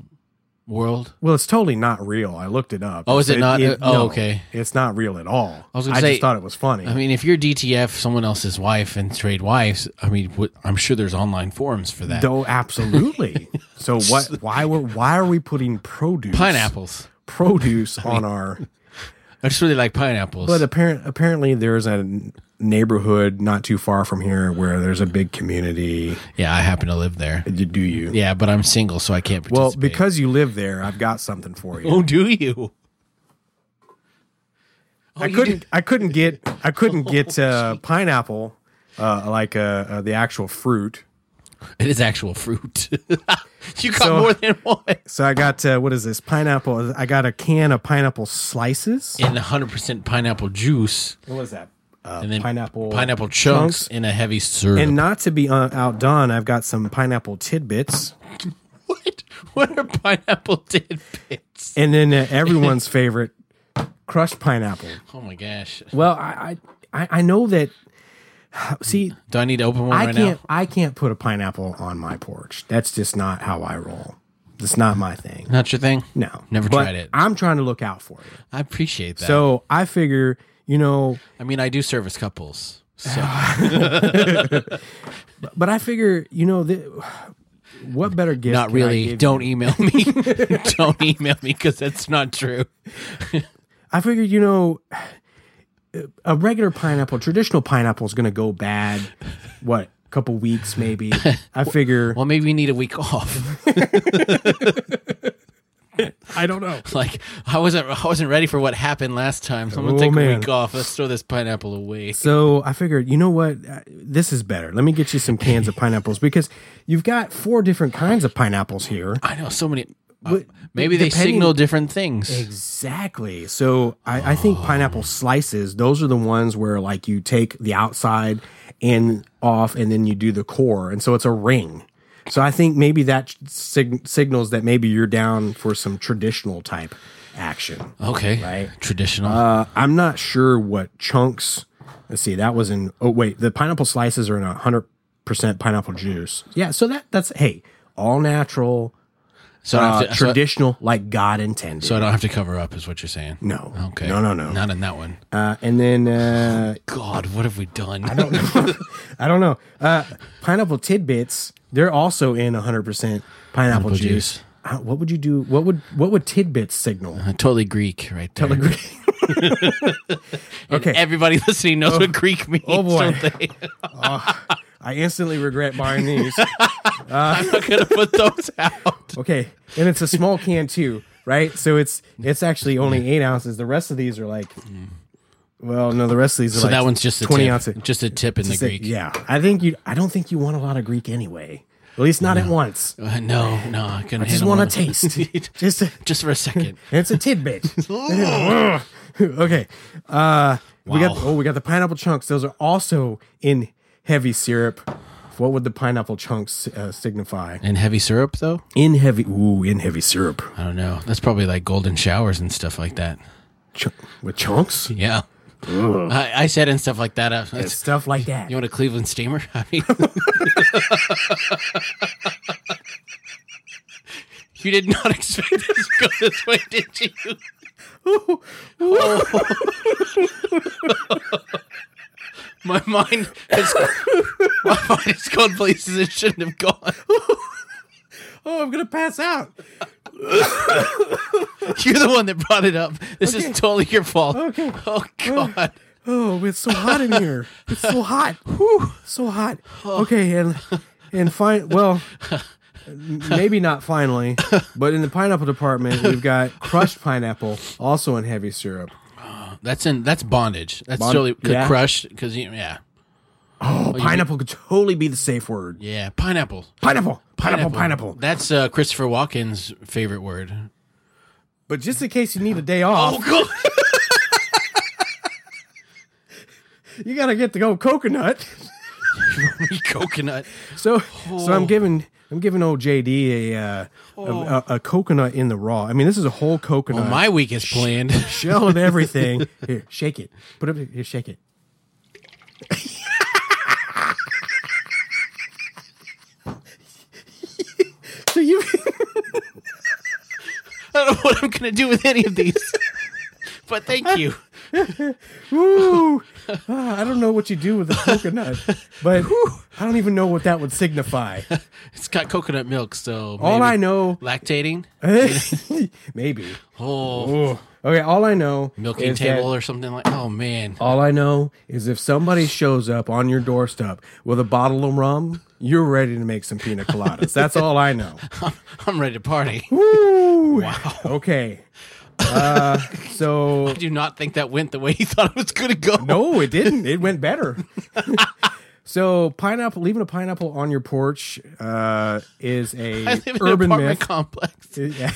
world. Well, it's totally not real. I looked it up. Oh, is It's- it not? Oh, okay. It's not real at all. I was gonna say- just thought it was funny. I mean, if you're DTF someone else's wife and trade wives, I mean, what, I'm sure there's online forums for that. Though absolutely. so what? Why were? Why are we putting produce? Pineapples. Produce on our. I just really like pineapples. But apparent apparently there's a n- neighborhood not too far from here where there's a big community. yeah, I happen to live there. D- Do you? Yeah, but I'm single, so I can't. Well, participate. because you live there, I've got something for you. oh, do you? Oh, I couldn't. I couldn't get. I couldn't get uh, pineapple, uh, like uh, uh, the actual fruit. It is actual fruit. you got So- more than one. So I got uh, what is this pineapple? I got a can of pineapple slices. And 100% pineapple juice. What was that? Uh, And then pineapple Pineapple chunks, chunks. in a heavy syrup. And not to be uh, outdone, I've got some pineapple tidbits. what? What are pineapple tidbits? And then uh, everyone's favorite, crushed pineapple. Oh my gosh. Well, I I, I- I know that. See, Do I need to open one I right now? can't I can't put a pineapple on my porch. That's just not how I roll. That's not my thing. Not your thing? No, Never But tried it. I'm trying to look out for it. I appreciate that. So I figure, you know, I mean, I do service couples. So but I figure, you know, th- what better gift? not can I give really. you? Don't email me. Don't email me because that's not true. I figured, you know, a regular pineapple, traditional pineapple is going to go bad. What? Couple weeks, maybe. I figure. Well, maybe we need a week off. I don't know. Like I wasn't, I wasn't ready for what happened last time. So I'm gonna Oh, take a man. week off. Let's throw this pineapple away. So I figured, you know what? Uh, This is better. Let me get you some cans of pineapples because you've got four different kinds of pineapples here. I know so many. uh, But maybe they depending- signal different things. Exactly. So I, I think pineapple slices, those are the ones where like you take the outside and off and then you do the core. And so it's a ring. So I think maybe that sig- signals that maybe you're down for some traditional type action. Okay, Right. Traditional. Uh, I'm not sure what chunks. Let's see. That was in. Oh wait, the pineapple slices are in hundred percent pineapple juice. Yeah. So that that's hey, all natural, so, I don't uh, have to, so I- traditional, like God intended. so I don't have to cover up, is what you're saying. no. Okay. No. No. No. Not in that one. Uh, and then uh, God, what have we done? I don't know. Uh, pineapple tidbits. They're also in 100 percent Pineapple pineapple juice. juice. Uh, what would you do? What would what would tidbits signal? Uh, totally Greek, right there. okay. Everybody listening knows what Greek means. oh, boy. Don't they? I instantly regret buying these. I'm not gonna put those out. Okay, and it's a small can too, right? So it's it's actually only eight ounces. The rest of these are like, well, no, the rest of these are So like that one's just a twenty tip. ounces. Just a tip in the It's like, Greek. Yeah, I think you. I don't think you want a lot of Greek anyway. At least not at once. Uh, no, no, I couldn't. Just want to taste. just a, just for a second. it's a tidbit. okay, uh, we got Wow. oh we got the pineapple chunks. Those are also in heavy syrup. What would the pineapple chunks uh, signify? And heavy syrup though? In heavy, ooh, in heavy syrup I don't know. That's probably like golden showers and stuff like that. Chunk with chunks. Yeah. I, I said and stuff like that. Uh, It's that's- stuff like that. you want a Cleveland steamer? I mean, you did not expect this to go this way, did you? my mind has my mind has gone places it shouldn't have gone. oh, I'm gonna pass out. You're the one that brought it up. This Okay. is totally your fault. Okay. Oh God. Oh, it's so hot in here. It's so hot. Whew, so hot. Okay, and and fine. Well, maybe not finally, but in the pineapple department, we've got crushed pineapple, also in heavy syrup. That's in that's bondage. That's Bond- totally could yeah. crushed because yeah Oh, pineapple could totally be the safe word. yeah pineapple Pineapple, pineapple, Oh, pineapple. That's uh, Christopher Walken's favorite word. But just in case you need a day off, God. you gotta get to go coconut. Coconut. So, so I'm giving I'm giving old JD a, uh, a, a a coconut in the raw. I mean, this is a whole coconut. My week is planned. shell and everything. Here, shake it. Put it here, shake it. so you I don't know what I'm gonna do with any of these. But thank you. Ooh. Ah, I don't know what you do with a coconut, but I don't even know what that would signify. It's got coconut milk, so All maybe- I know lactating. maybe. Oh, Ooh. Okay, all I know milking is that- table or something like. Oh man, all I know is if somebody shows up on your doorstep with a bottle of rum, you're ready to make some pina coladas. That's all I know. I'm ready to party. Woo! Wow. Okay. Uh, so I do not think that went the way he thought it was going to go. no, it didn't. It went better. so pineapple, leaving a pineapple on your porch uh, is a I live in urban an apartment myth. complex. Yeah.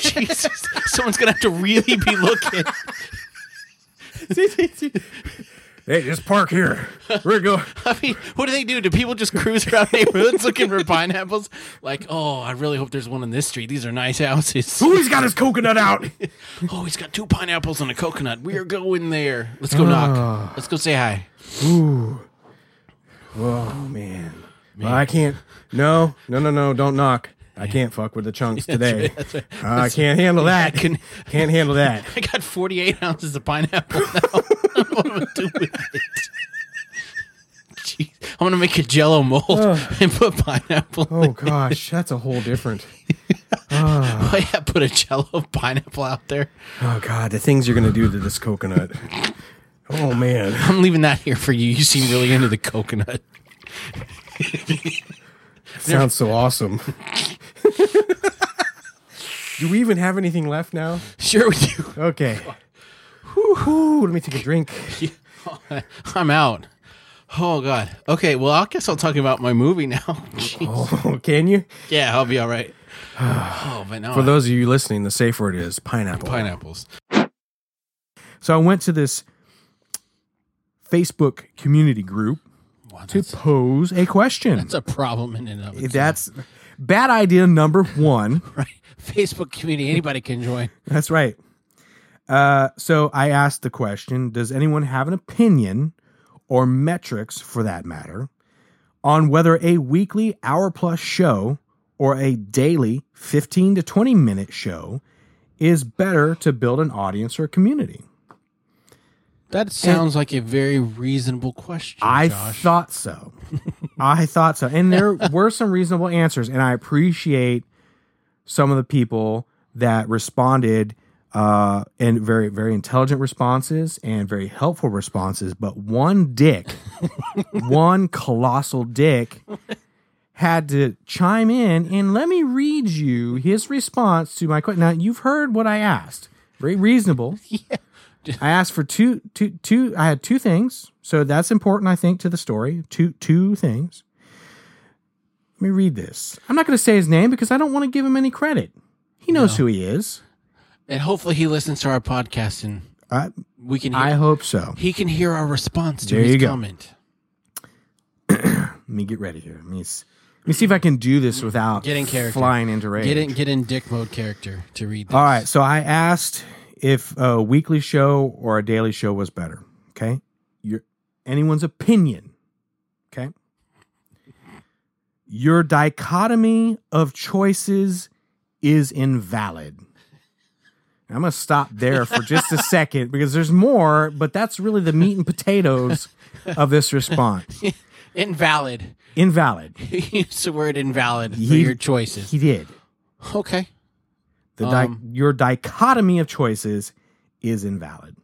Jesus, someone's going to have to really be looking. hey, just park here. We're going. I mean, what do they do? Do people just cruise around neighborhoods looking for pineapples? Like, oh, I really hope there's one on this street. These are nice houses. Ooh, he's got his coconut out. Oh, he's got two pineapples and a coconut. We are going there. Let's Ah. go knock. Let's go say hi. Oh man. Well, I can't. No, no, no, no. Don't knock. I can't fuck with the chunks today. Uh, I can't handle that. I can- can't handle that. I got 48 ounces of pineapple now. I don't know what I'm gonna do with it. Jeez. I'm gonna make a jello mold and put pineapple. Ah. Oh gosh, that's a whole different. Oh, yeah, put a jello pineapple out there. Oh god, the things you're gonna do to this coconut. Oh man. I'm leaving that here for you. You seem really into the coconut. Sounds so awesome. do we even have anything left now? Sure with you. Okay. Whew, let me take a drink. I'm out. Oh god. Okay, well I guess I'll talk about my movie now. Jeez. Oh, can you? Yeah, I'll be all right. Oh, but now For I- those of you listening, the safe word is pineapple. pineapples. So I went to this Facebook community group Wow, to that's, pose a question. that's a problem in and of itself. That's bad idea number one. right. Facebook community, anybody can join. That's right. Uh, so I asked the question Does anyone have an opinion or metrics for that matter on whether a weekly hour plus show or a daily 15 to 20 minute show is better to build an audience or community? That sounds like a very reasonable question. I Josh. thought so. I thought so. And there were some reasonable answers. And I appreciate some of the people that responded uh, and very, very intelligent responses and very helpful responses. But one dick, one colossal dick, had to chime in and let me read you his response to my question. Now, you've heard what I asked. Very reasonable. I asked for two, two, two. I had two things, so that's important, I think, to the story. Two, two things. Let me read this. I'm not going to say his name because I don't want to give him any credit. He knows who he is. and hopefully he listens to our podcast and I, we can hear, I hope so. he can hear our response to There his you go. comment. Let me get ready here. Let me, s- let me see if I can do this without Get in character. flying into rage. Get in get in dick mode character to read this. All right. So I asked if a weekly show or a daily show was better. Okay. Your anyone's opinion. Okay. Your dichotomy of choices is invalid. I'm going to stop there for just a second because there's more, but that's really the meat and potatoes of this response. Invalid. Invalid. He used the word invalid for He- your choices. He did. okay. The di- Um, your dichotomy of choices is invalid.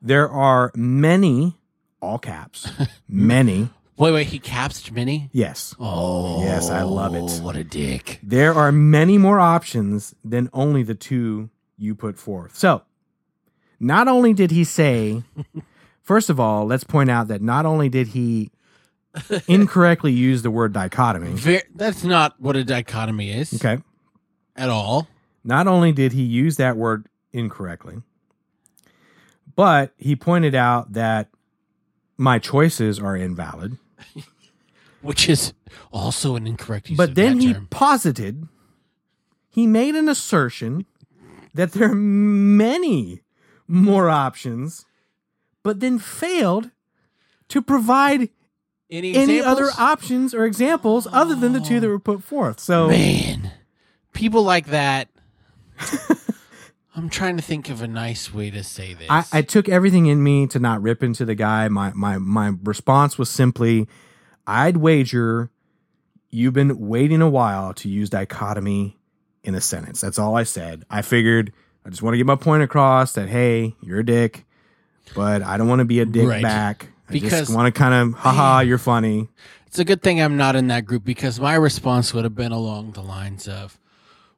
There are many, all caps, many. Wait, wait, he capsed Minnie? Yes, Oh Yes, I love it. What a dick. there are many more options than only the two you put forth. So, not only did he say, first of all, let's point out that not only did he incorrectly use the word dichotomy. Ver- that's not what a dichotomy is Okay. at all. Not only did he use that word incorrectly, but he pointed out that my choices are invalid. Which is also an incorrect use but of then that he term. posited, he made an assertion that there are many more options, but then failed to provide Any, any other examples? options or examples other than the two that were put forth. So Man, people like that. I'm trying to think of a nice way to say this. I, I took everything in me to not rip into the guy. My my my response was simply, I'd wager you've been waiting a while to use dichotomy in a sentence. That's all I said. I figured I just want to get my point across that hey, you're a dick, but I don't want to be a dick Right. back. I Because- just want to kind of haha, you're funny. it's a good thing I'm not in that group because my response would have been along the lines of,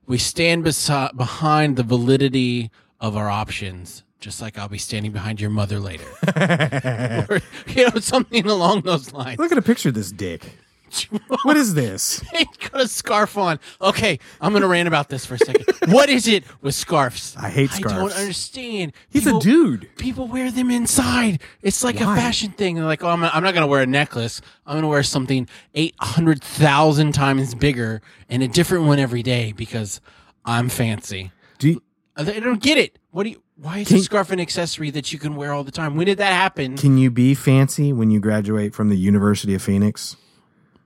We stand besi- behind the validity of our options, just like I'll be standing behind your mother later. or, you know, something along those lines. Look at a picture of this dick. What is this? Got a scarf on. Okay, I'm gonna rant about this for a second. what is it with scarves? I hate I don't scarves. understand. He's People- a dude. People wear them inside. It's like a Why? fashion thing. They're like, oh, I'm, I'm not gonna wear a necklace. I'm gonna wear something eight hundred thousand times bigger and a different one every day because I'm fancy. Do you, I I don't get it. What do you? Why is a scarf an accessory that you can wear all the time? When did that happen? can you be fancy when you graduate from the University of Phoenix?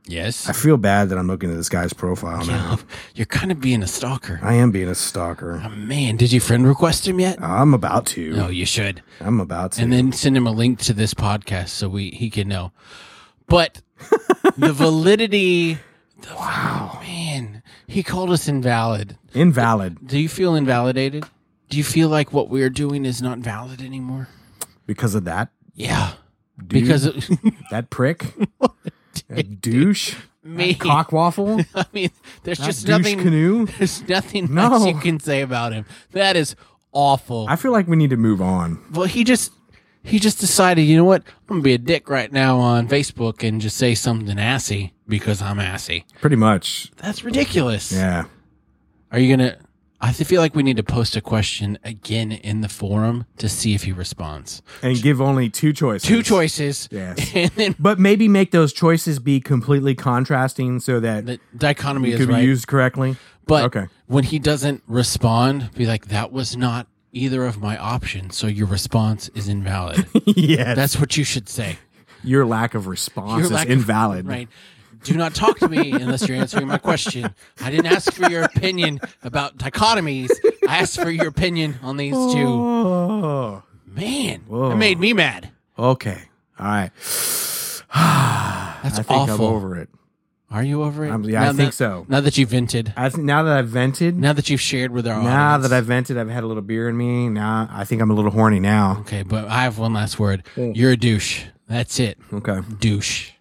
Yes, I feel bad that I'm looking at this guy's profile now. you're kind of being a stalker. Oh, I am being a stalker. Man, did you friend request him yet? I'm about to. No, you should. I'm about to. and then send him a link to this podcast so we he can know. But the validity, wow. man, he called us invalid. Invalid Do you feel invalidated? Do you feel like what we're doing is not valid anymore? because of that Yeah, dude, because that prick, that douche, me, cockwaffle, I mean, there's that douche just nothing. canoe. There's nothing No. else you can say about him. That is awful. I feel like we need to move on. well, he just he just decided, you know what? I'm gonna be a dick right now on Facebook and just say something assy because I'm assy. Pretty much. That's ridiculous. Yeah. Are you gonna? I th- feel like we need to post a question again in the forum to see if he responds. And give only two choices. Two choices, Yes. and then But maybe make those choices be completely contrasting so that the dichotomy it is could right. be used correctly. but okay. when he doesn't respond, be like, "That was not either of my options, so your response is invalid." yes. That's what you should say. Your lack of response Your is lack of- invalid. right? Do not talk to me unless you're answering my question. I didn't ask for your opinion about dichotomies. I asked for your opinion on these two. Oh. Man, it made me mad. Okay. All right. That's I think awful. I'm over it. Are you over it? I'm- yeah, I think that- so. Now that you've vented, I th- now that I've vented, now that you've shared with our now audience. that I've vented, I've had a little beer in me. Now I think I'm a little horny now. okay, but I have one last word. You're a douche. That's it, Okay. douche.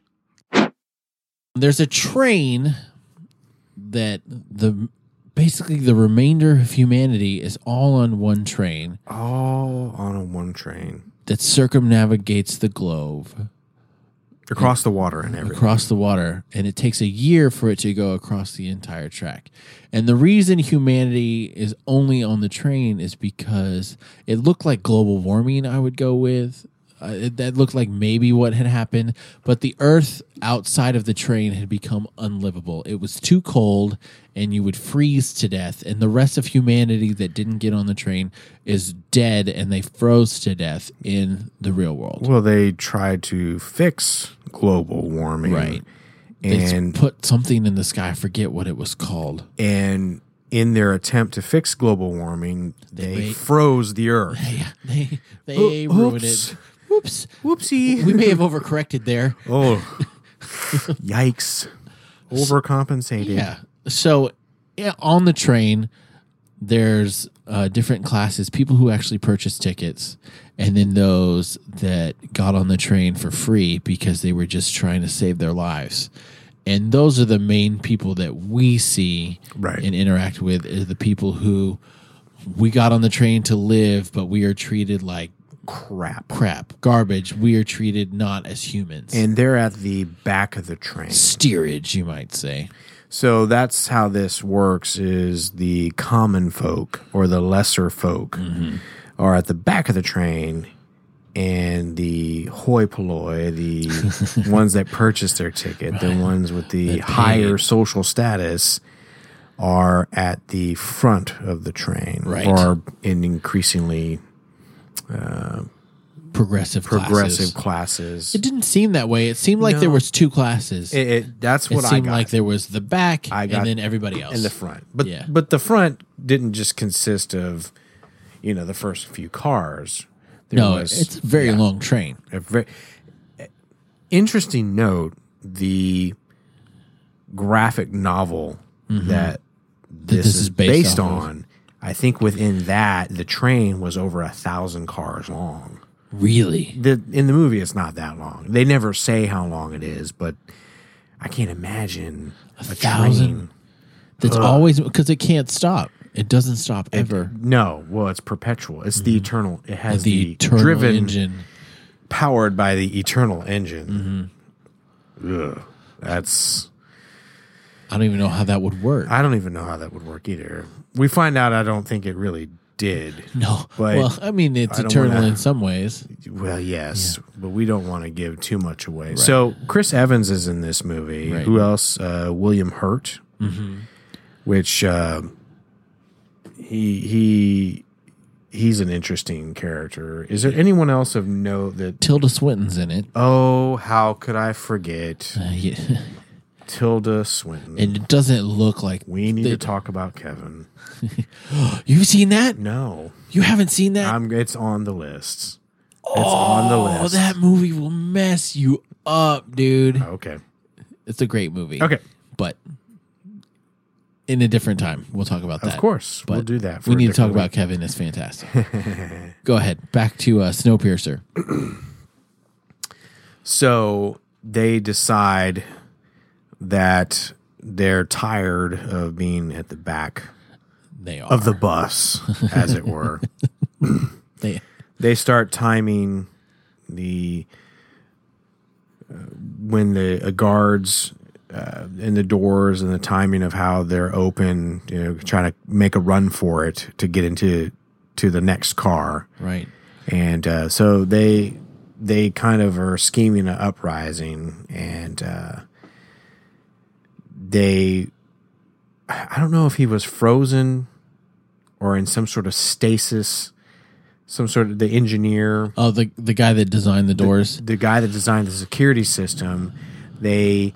There's a train that the basically the remainder of humanity is all on one train All on a one train that circumnavigates the globe across the water and everything. across the water, and it takes a year for it to go across the entire track. And the reason humanity is only on the train is because it looked like global warming, I would go with. Uh, it, that looked like maybe what had happened, but the earth outside of the train had become unlivable. It was too cold, and you would freeze to death. And the rest of humanity that didn't get on the train is dead, and they froze to death in the real world. Well, they tried to fix global warming, Right. And they put something in the sky. I forget what it was called. and in their attempt to fix global warming, they, made- froze the earth. Yeah, they they ruined it. Whoops. Whoopsie. We may have overcorrected there. oh, yikes! Overcompensated. Yeah. So yeah, on the train, there's uh, different classes people who actually purchased tickets, and then those that got on the train for free because they were just trying to save their lives. And those are the main people that we see Right. and interact with is the people who we got on the train to live, but we are treated like Crap. crap, garbage. We are treated not as humans. And they're at the back of the train. steerage, you might say. So that's how this works is the common folk or the lesser folk are at the back of the train and the hoi polloi, the ones that purchased their ticket, the ones with the higher social status are at the front of the train Right. or in increasingly Progressive classes. progressive classes. It didn't seem that way. It seemed like there was two classes. It, It- it- that's what I seemed got. like there was the back I got- and then everybody else. in the front. But Yeah. but the front didn't just consist of you know the first few cars. There no, it's a very long train. a very interesting note. The graphic novel that this, Mm-hmm. this is, is based based, off of. on. I think within that, the train was over a thousand cars long. Really? The, in the movie, it's not that long. They never say how long it is, but I can't imagine a, thousand? train That's always because it can't stop. It doesn't stop ever. No, well, it's perpetual. It's the eternal. It has Mm-hmm. the the, eternal driven, engine. powered by the eternal engine. Mm-hmm. Ugh. That's I don't even know how that would work. I don't even know how that would work either. We find out. I don't think it really did. no. but well, I mean, it's I don't eternal wanna- in some ways. Well, yes, but we don't want to give too much away. So Chris Evans is in this movie. Right. Mm-hmm. Who else? Uh, William Hurt, which uh, he he he's an interesting character. Is there anyone else of note that? Tilda Swinton's in it. Oh, how could I forget Uh, yeah. Tilda Swinton? And it doesn't look like we need they- to talk about Kevin. You've seen that? No, You haven't seen that? I'm. It's on the list. It's on the oh, list. that movie will mess you up, dude. okay. It's a great movie. Uh, Okay. But in a different time, we'll talk about that. Of course, we'll But do that. For we a need to talk different about Kevin. It's fantastic. Go ahead. Back to uh, Snowpiercer. So they decide that they're tired of being at the back They are. of the bus, as it were. they, they start timing the uh, when the uh, guards uh, in the doors and the timing of how they're open, you know, trying to make a run for it to get into to the next car right. and uh, so they they kind of are scheming an uprising and uh, they i don't know if he was frozen or in some sort of stasis some sort of the engineer Oh, the the guy that designed the doors. the guy that designed the security system they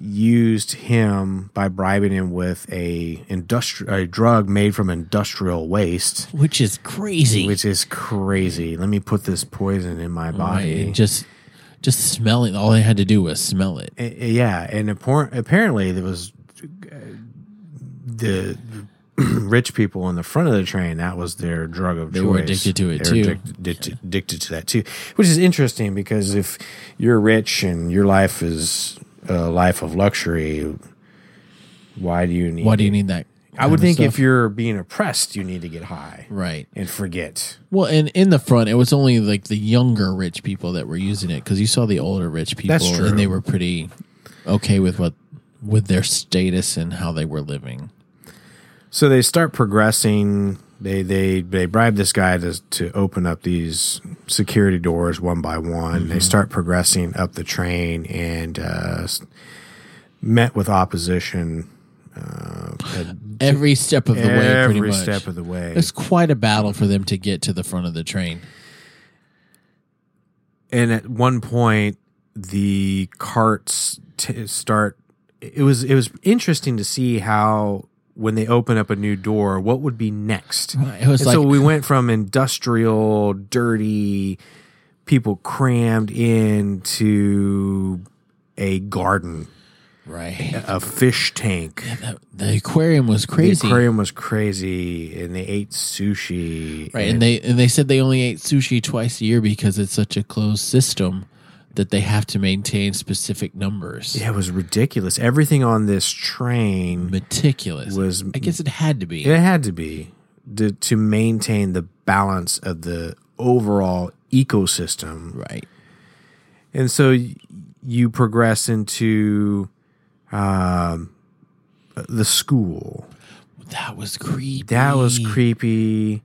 used him by bribing him with a industrial a drug made from industrial waste which is crazy. which is crazy. Let me put this poison in my Right, body. and just just smelling. All I had to do was smell it. A- a- yeah, and appar- apparently there was uh, the rich people in the front of the train. That was their drug of choice. were addicted to it, They too. were addic- addic- addicted to that too, which is interesting because if you're rich and your life is a life of luxury, why do you need? Why do you need that? I would kind of think if stuff? you're being oppressed, you need to get high right. and forget. Well, and in the front, it was only like the younger rich people that were using it because you saw the older rich people, That's true. and they were pretty okay with what with their status and how they were living. So they start progressing. They they they bribe this guy to to open up these security doors one by one. Mm-hmm. They start progressing up the train and uh, s- met with opposition uh, at Every step of the way, pretty every much. step of the way. it's quite a battle for them to get to the front of the train. And at one point, the carts t- start. It was it was interesting to see how when they open up a new door, what would be next. It was And like so we went from industrial, dirty, people crammed into a garden, right. a fish tank. The, the aquarium was crazy. The aquarium was crazy, and they ate sushi. Right, and they and they said they only ate sushi twice a year because it's such a closed system that they have to maintain specific numbers. yeah, it was ridiculous. Everything on this train Meticulous. was. I guess it had to be. It had to be to, to maintain the balance of the overall ecosystem Right. and so y- you progress into um, the school. That was creepy. That was creepy.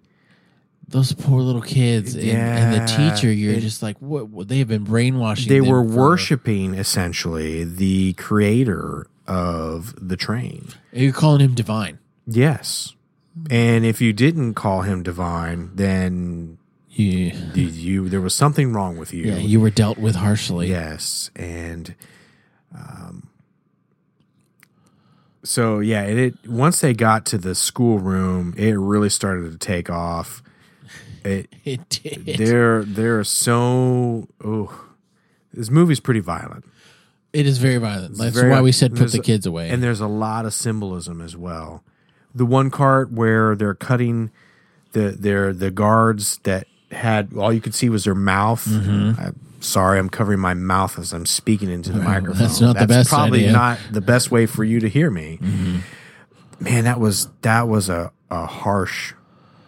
Those poor little kids and, and the Yeah, teacher. You're it- just like, what? what- They have been brainwashing. They them were for- worshiping essentially the creator of the train. You're calling him divine. Yes. And if you didn't call him divine, then You, you, you there was something wrong with you. yeah, you were dealt with harshly. Yes, and um, so yeah, it, it once they got to the schoolroom, it really started to take off. It It did. there there are so oh, this movie's pretty violent, it is very violent. That's very- why we said put there's the a- kids away. and there's a lot of symbolism as well. The one cart where they're cutting the their the guards that had all you could see was their mouth. I, sorry, I'm covering my mouth as I'm speaking into the microphone. that's not the best probably idea. not the best way for you to hear me. man, that was that was a, a harsh,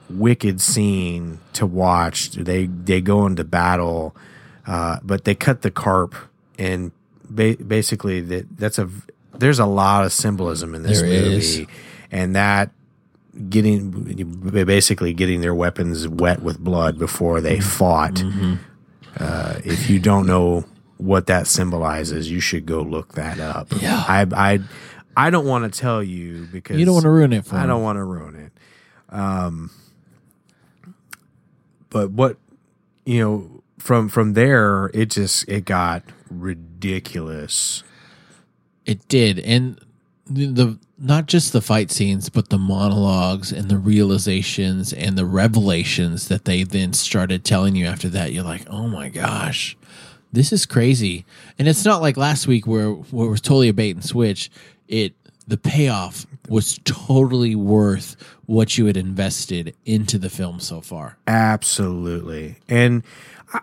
wicked scene to watch. They they go into battle, uh, but they cut the carp, and ba- basically that that's a there's a lot of symbolism in this There movie, is. and that getting basically getting their weapons wet with blood before Mm-hmm. they fought. Mm-hmm. Uh, if you don't know what that symbolizes, you should go look that up. Yeah. I I I don't want to tell you because You don't want to ruin it for I me. don't want to ruin it. Um, but what you know from from there, it just it got ridiculous. It did, and the, the not just the fight scenes, but the monologues and the realizations and the revelations that they then started telling you after that. You're like, oh my gosh, this is crazy. And it's not like last week where where it was totally a bait and switch. It the payoff was totally worth what you had invested into the film so far. Absolutely, and I,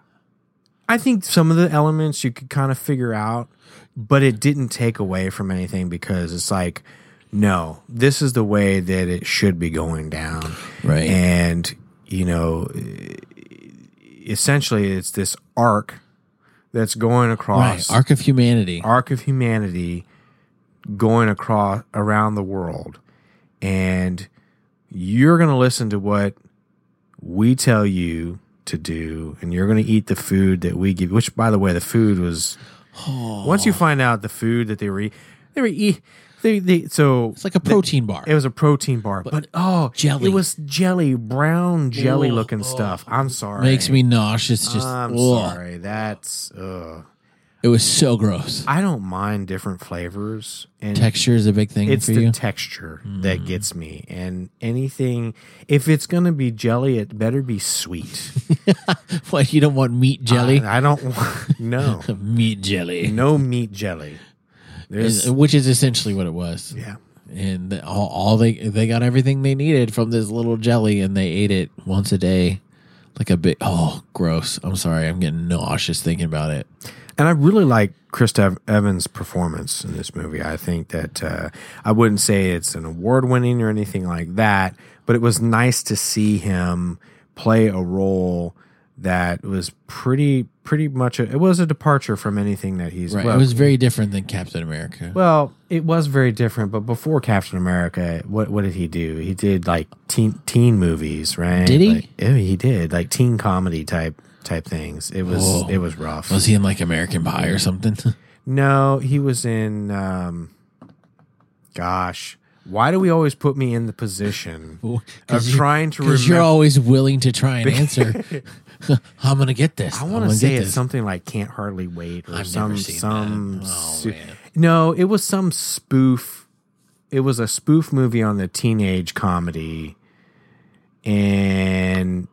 I think some of the elements you could kind of figure out, but it didn't take away from anything because it's like, no, this is the way that it should be going down, Right. And you know, e- essentially, it's this arc that's going Right. across Arc of humanity. arc of humanity going across around the world and you're going to listen to what we tell you to do and you're going to eat the food that we give which by the way the food was once Oh. you find out the food that they were eat, they were eat, they, they so It's like a protein bar. it was a protein bar but, oh jelly. it was jelly brown jelly looking stuff i'm sorry Makes me nauseous. Just i'm ugh. sorry that's ugh. It was so gross. i don't mind different flavors and Texture is a big thing it's for the you. Hmm. texture that gets me and anything if it's going to be jelly it better be sweet what you don't want meat jelly? i, I don't want no meat jelly, no meat jelly there's Is- which is essentially what it was. yeah And the- all, all they they got everything they needed from this little jelly, and they ate it once a day, like a big. Oh, gross! I'm sorry. I'm getting nauseous thinking about it. and i really like chris Ev- evans performance in this movie i think that uh, i wouldn't say it's an award winning or anything like that but it was nice to see him play a role that was pretty pretty much a, it was a departure from anything that he's Right. well, it was very different than Captain America. Well, it was very different, but before Captain America, what what did he do? He did like teen teen movies, right? Did he? Like, yeah, he did like teen comedy type type things. It was Whoa. it was rough. was he in like American Pie or something? no, he was in. Um, gosh, why do we always put me in the position of you- trying to Because you're remember? always willing to try and answer. I'm gonna get this. I I'm want to gonna say get it's this. something like "Can't Hardly Wait" or I've some never seen that. some. Oh, su- man. no, it was some spoof. It was a spoof movie on the teenage comedy, and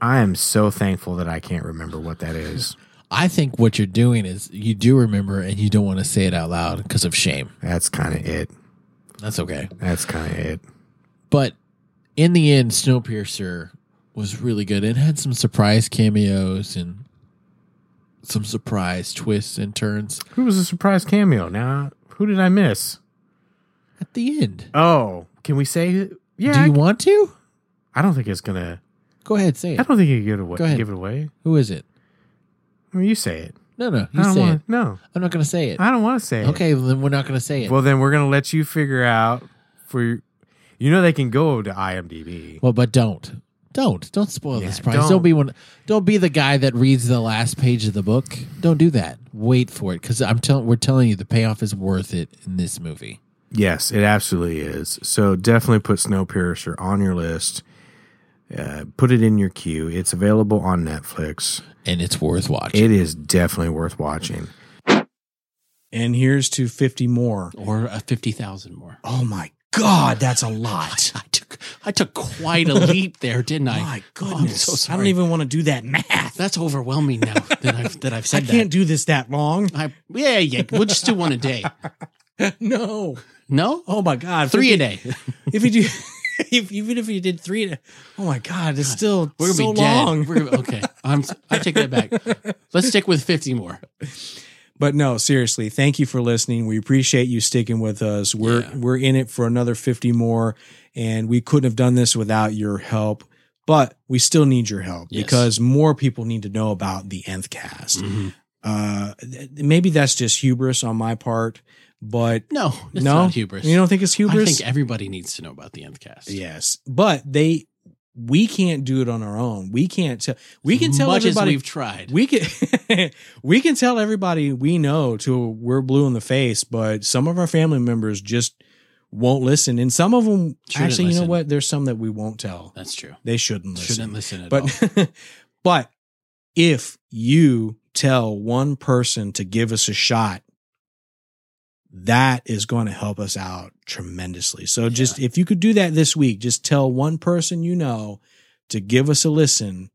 I am so thankful that I can't remember what that is. I think what you're doing is you do remember and you don't want to say it out loud because of shame. That's kind of it. That's okay. That's kind of it. But in the end, Snowpiercer was really good. It had some surprise cameos and some surprise twists and turns Who was a surprise cameo? Now, who did I miss? at the end. Oh, can we say? who- Yeah, do I, you want to? I don't think it's gonna. Go ahead, say I it. don't think you give it away. Go ahead. Give it away. Who is it? I mean, you say it. No, no, I you don't say want. it. No, I'm not going to say it. I don't want to say it. Okay, well, then we're not going to say it. Well, Well, then we're gonna let you figure out for your- you know they can go to IMDb. but don't. Don't don't spoil Yeah, the surprise. don't. Don't. be one. Don't be the guy that reads the last page of the book. Don't do that. Wait for it because I'm telling. We're telling you the payoff is worth it in this movie. Yes, it absolutely is. So definitely put Snowpiercer on your list. Uh, put it in your queue. It's available on Netflix. and it's worth watching. It is definitely worth watching. And here's to 50 more. or uh, 50,000 more. Oh my God, that's a lot. I took I took quite a leap there, didn't I? My Oh, I'm goodness. so I sorry. don't even want to do that math. That's overwhelming now that I've that I've I said can't do this that long. that. I, yeah, yeah. We'll just do one a day. No. No, Oh my God. three a day. If you do, if, even if you did three, oh my God, it's still We're gonna so be dead. long. We're gonna, okay, I'm. I take that back. Let's stick with fifty more. But no, seriously, thank you for listening. We appreciate you sticking with us. We're Yeah. we're in it for another 50 more and we couldn't have done this without your help. But we still need your help Yes. because more people need to know about the nth cast. Mm-hmm. Mhm. Uh, th- maybe that's just hubris on my part, but No, it's No? not hubris. you don't think it's hubris? I think everybody needs to know about the nth cast. Yes, but they we can't do it on our own. We can't tell. We can tell much as everybody. we've tried. We can we can tell everybody we know till we're blue in the face, but some of our family members just won't listen, and some of them Shouldn't actually, you know listen. what? There's some that we won't tell. That's true. They shouldn't listen. Shouldn't listen at all. but but if you tell one person to give us a shot that is going to help us out tremendously so just if you could do that this week just tell one person you know to give us a listen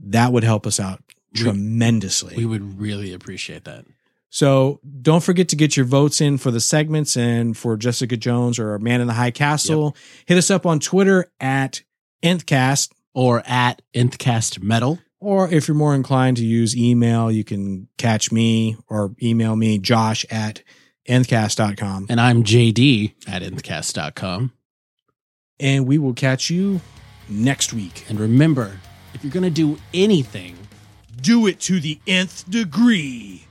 that would help us out We- tremendously We would really appreciate that. so don't forget to get your votes in for the segments and for Jessica Jones or Man in the High Castle. Hit us up on Twitter at nthcast, Or at nthcast metal. or if you're more inclined to use email, you can catch me or email me, josh at nthcast.com. And I'm JD at nthcast.com. And we will catch you next week. And remember, if you're going to do anything, Do it to the nth degree.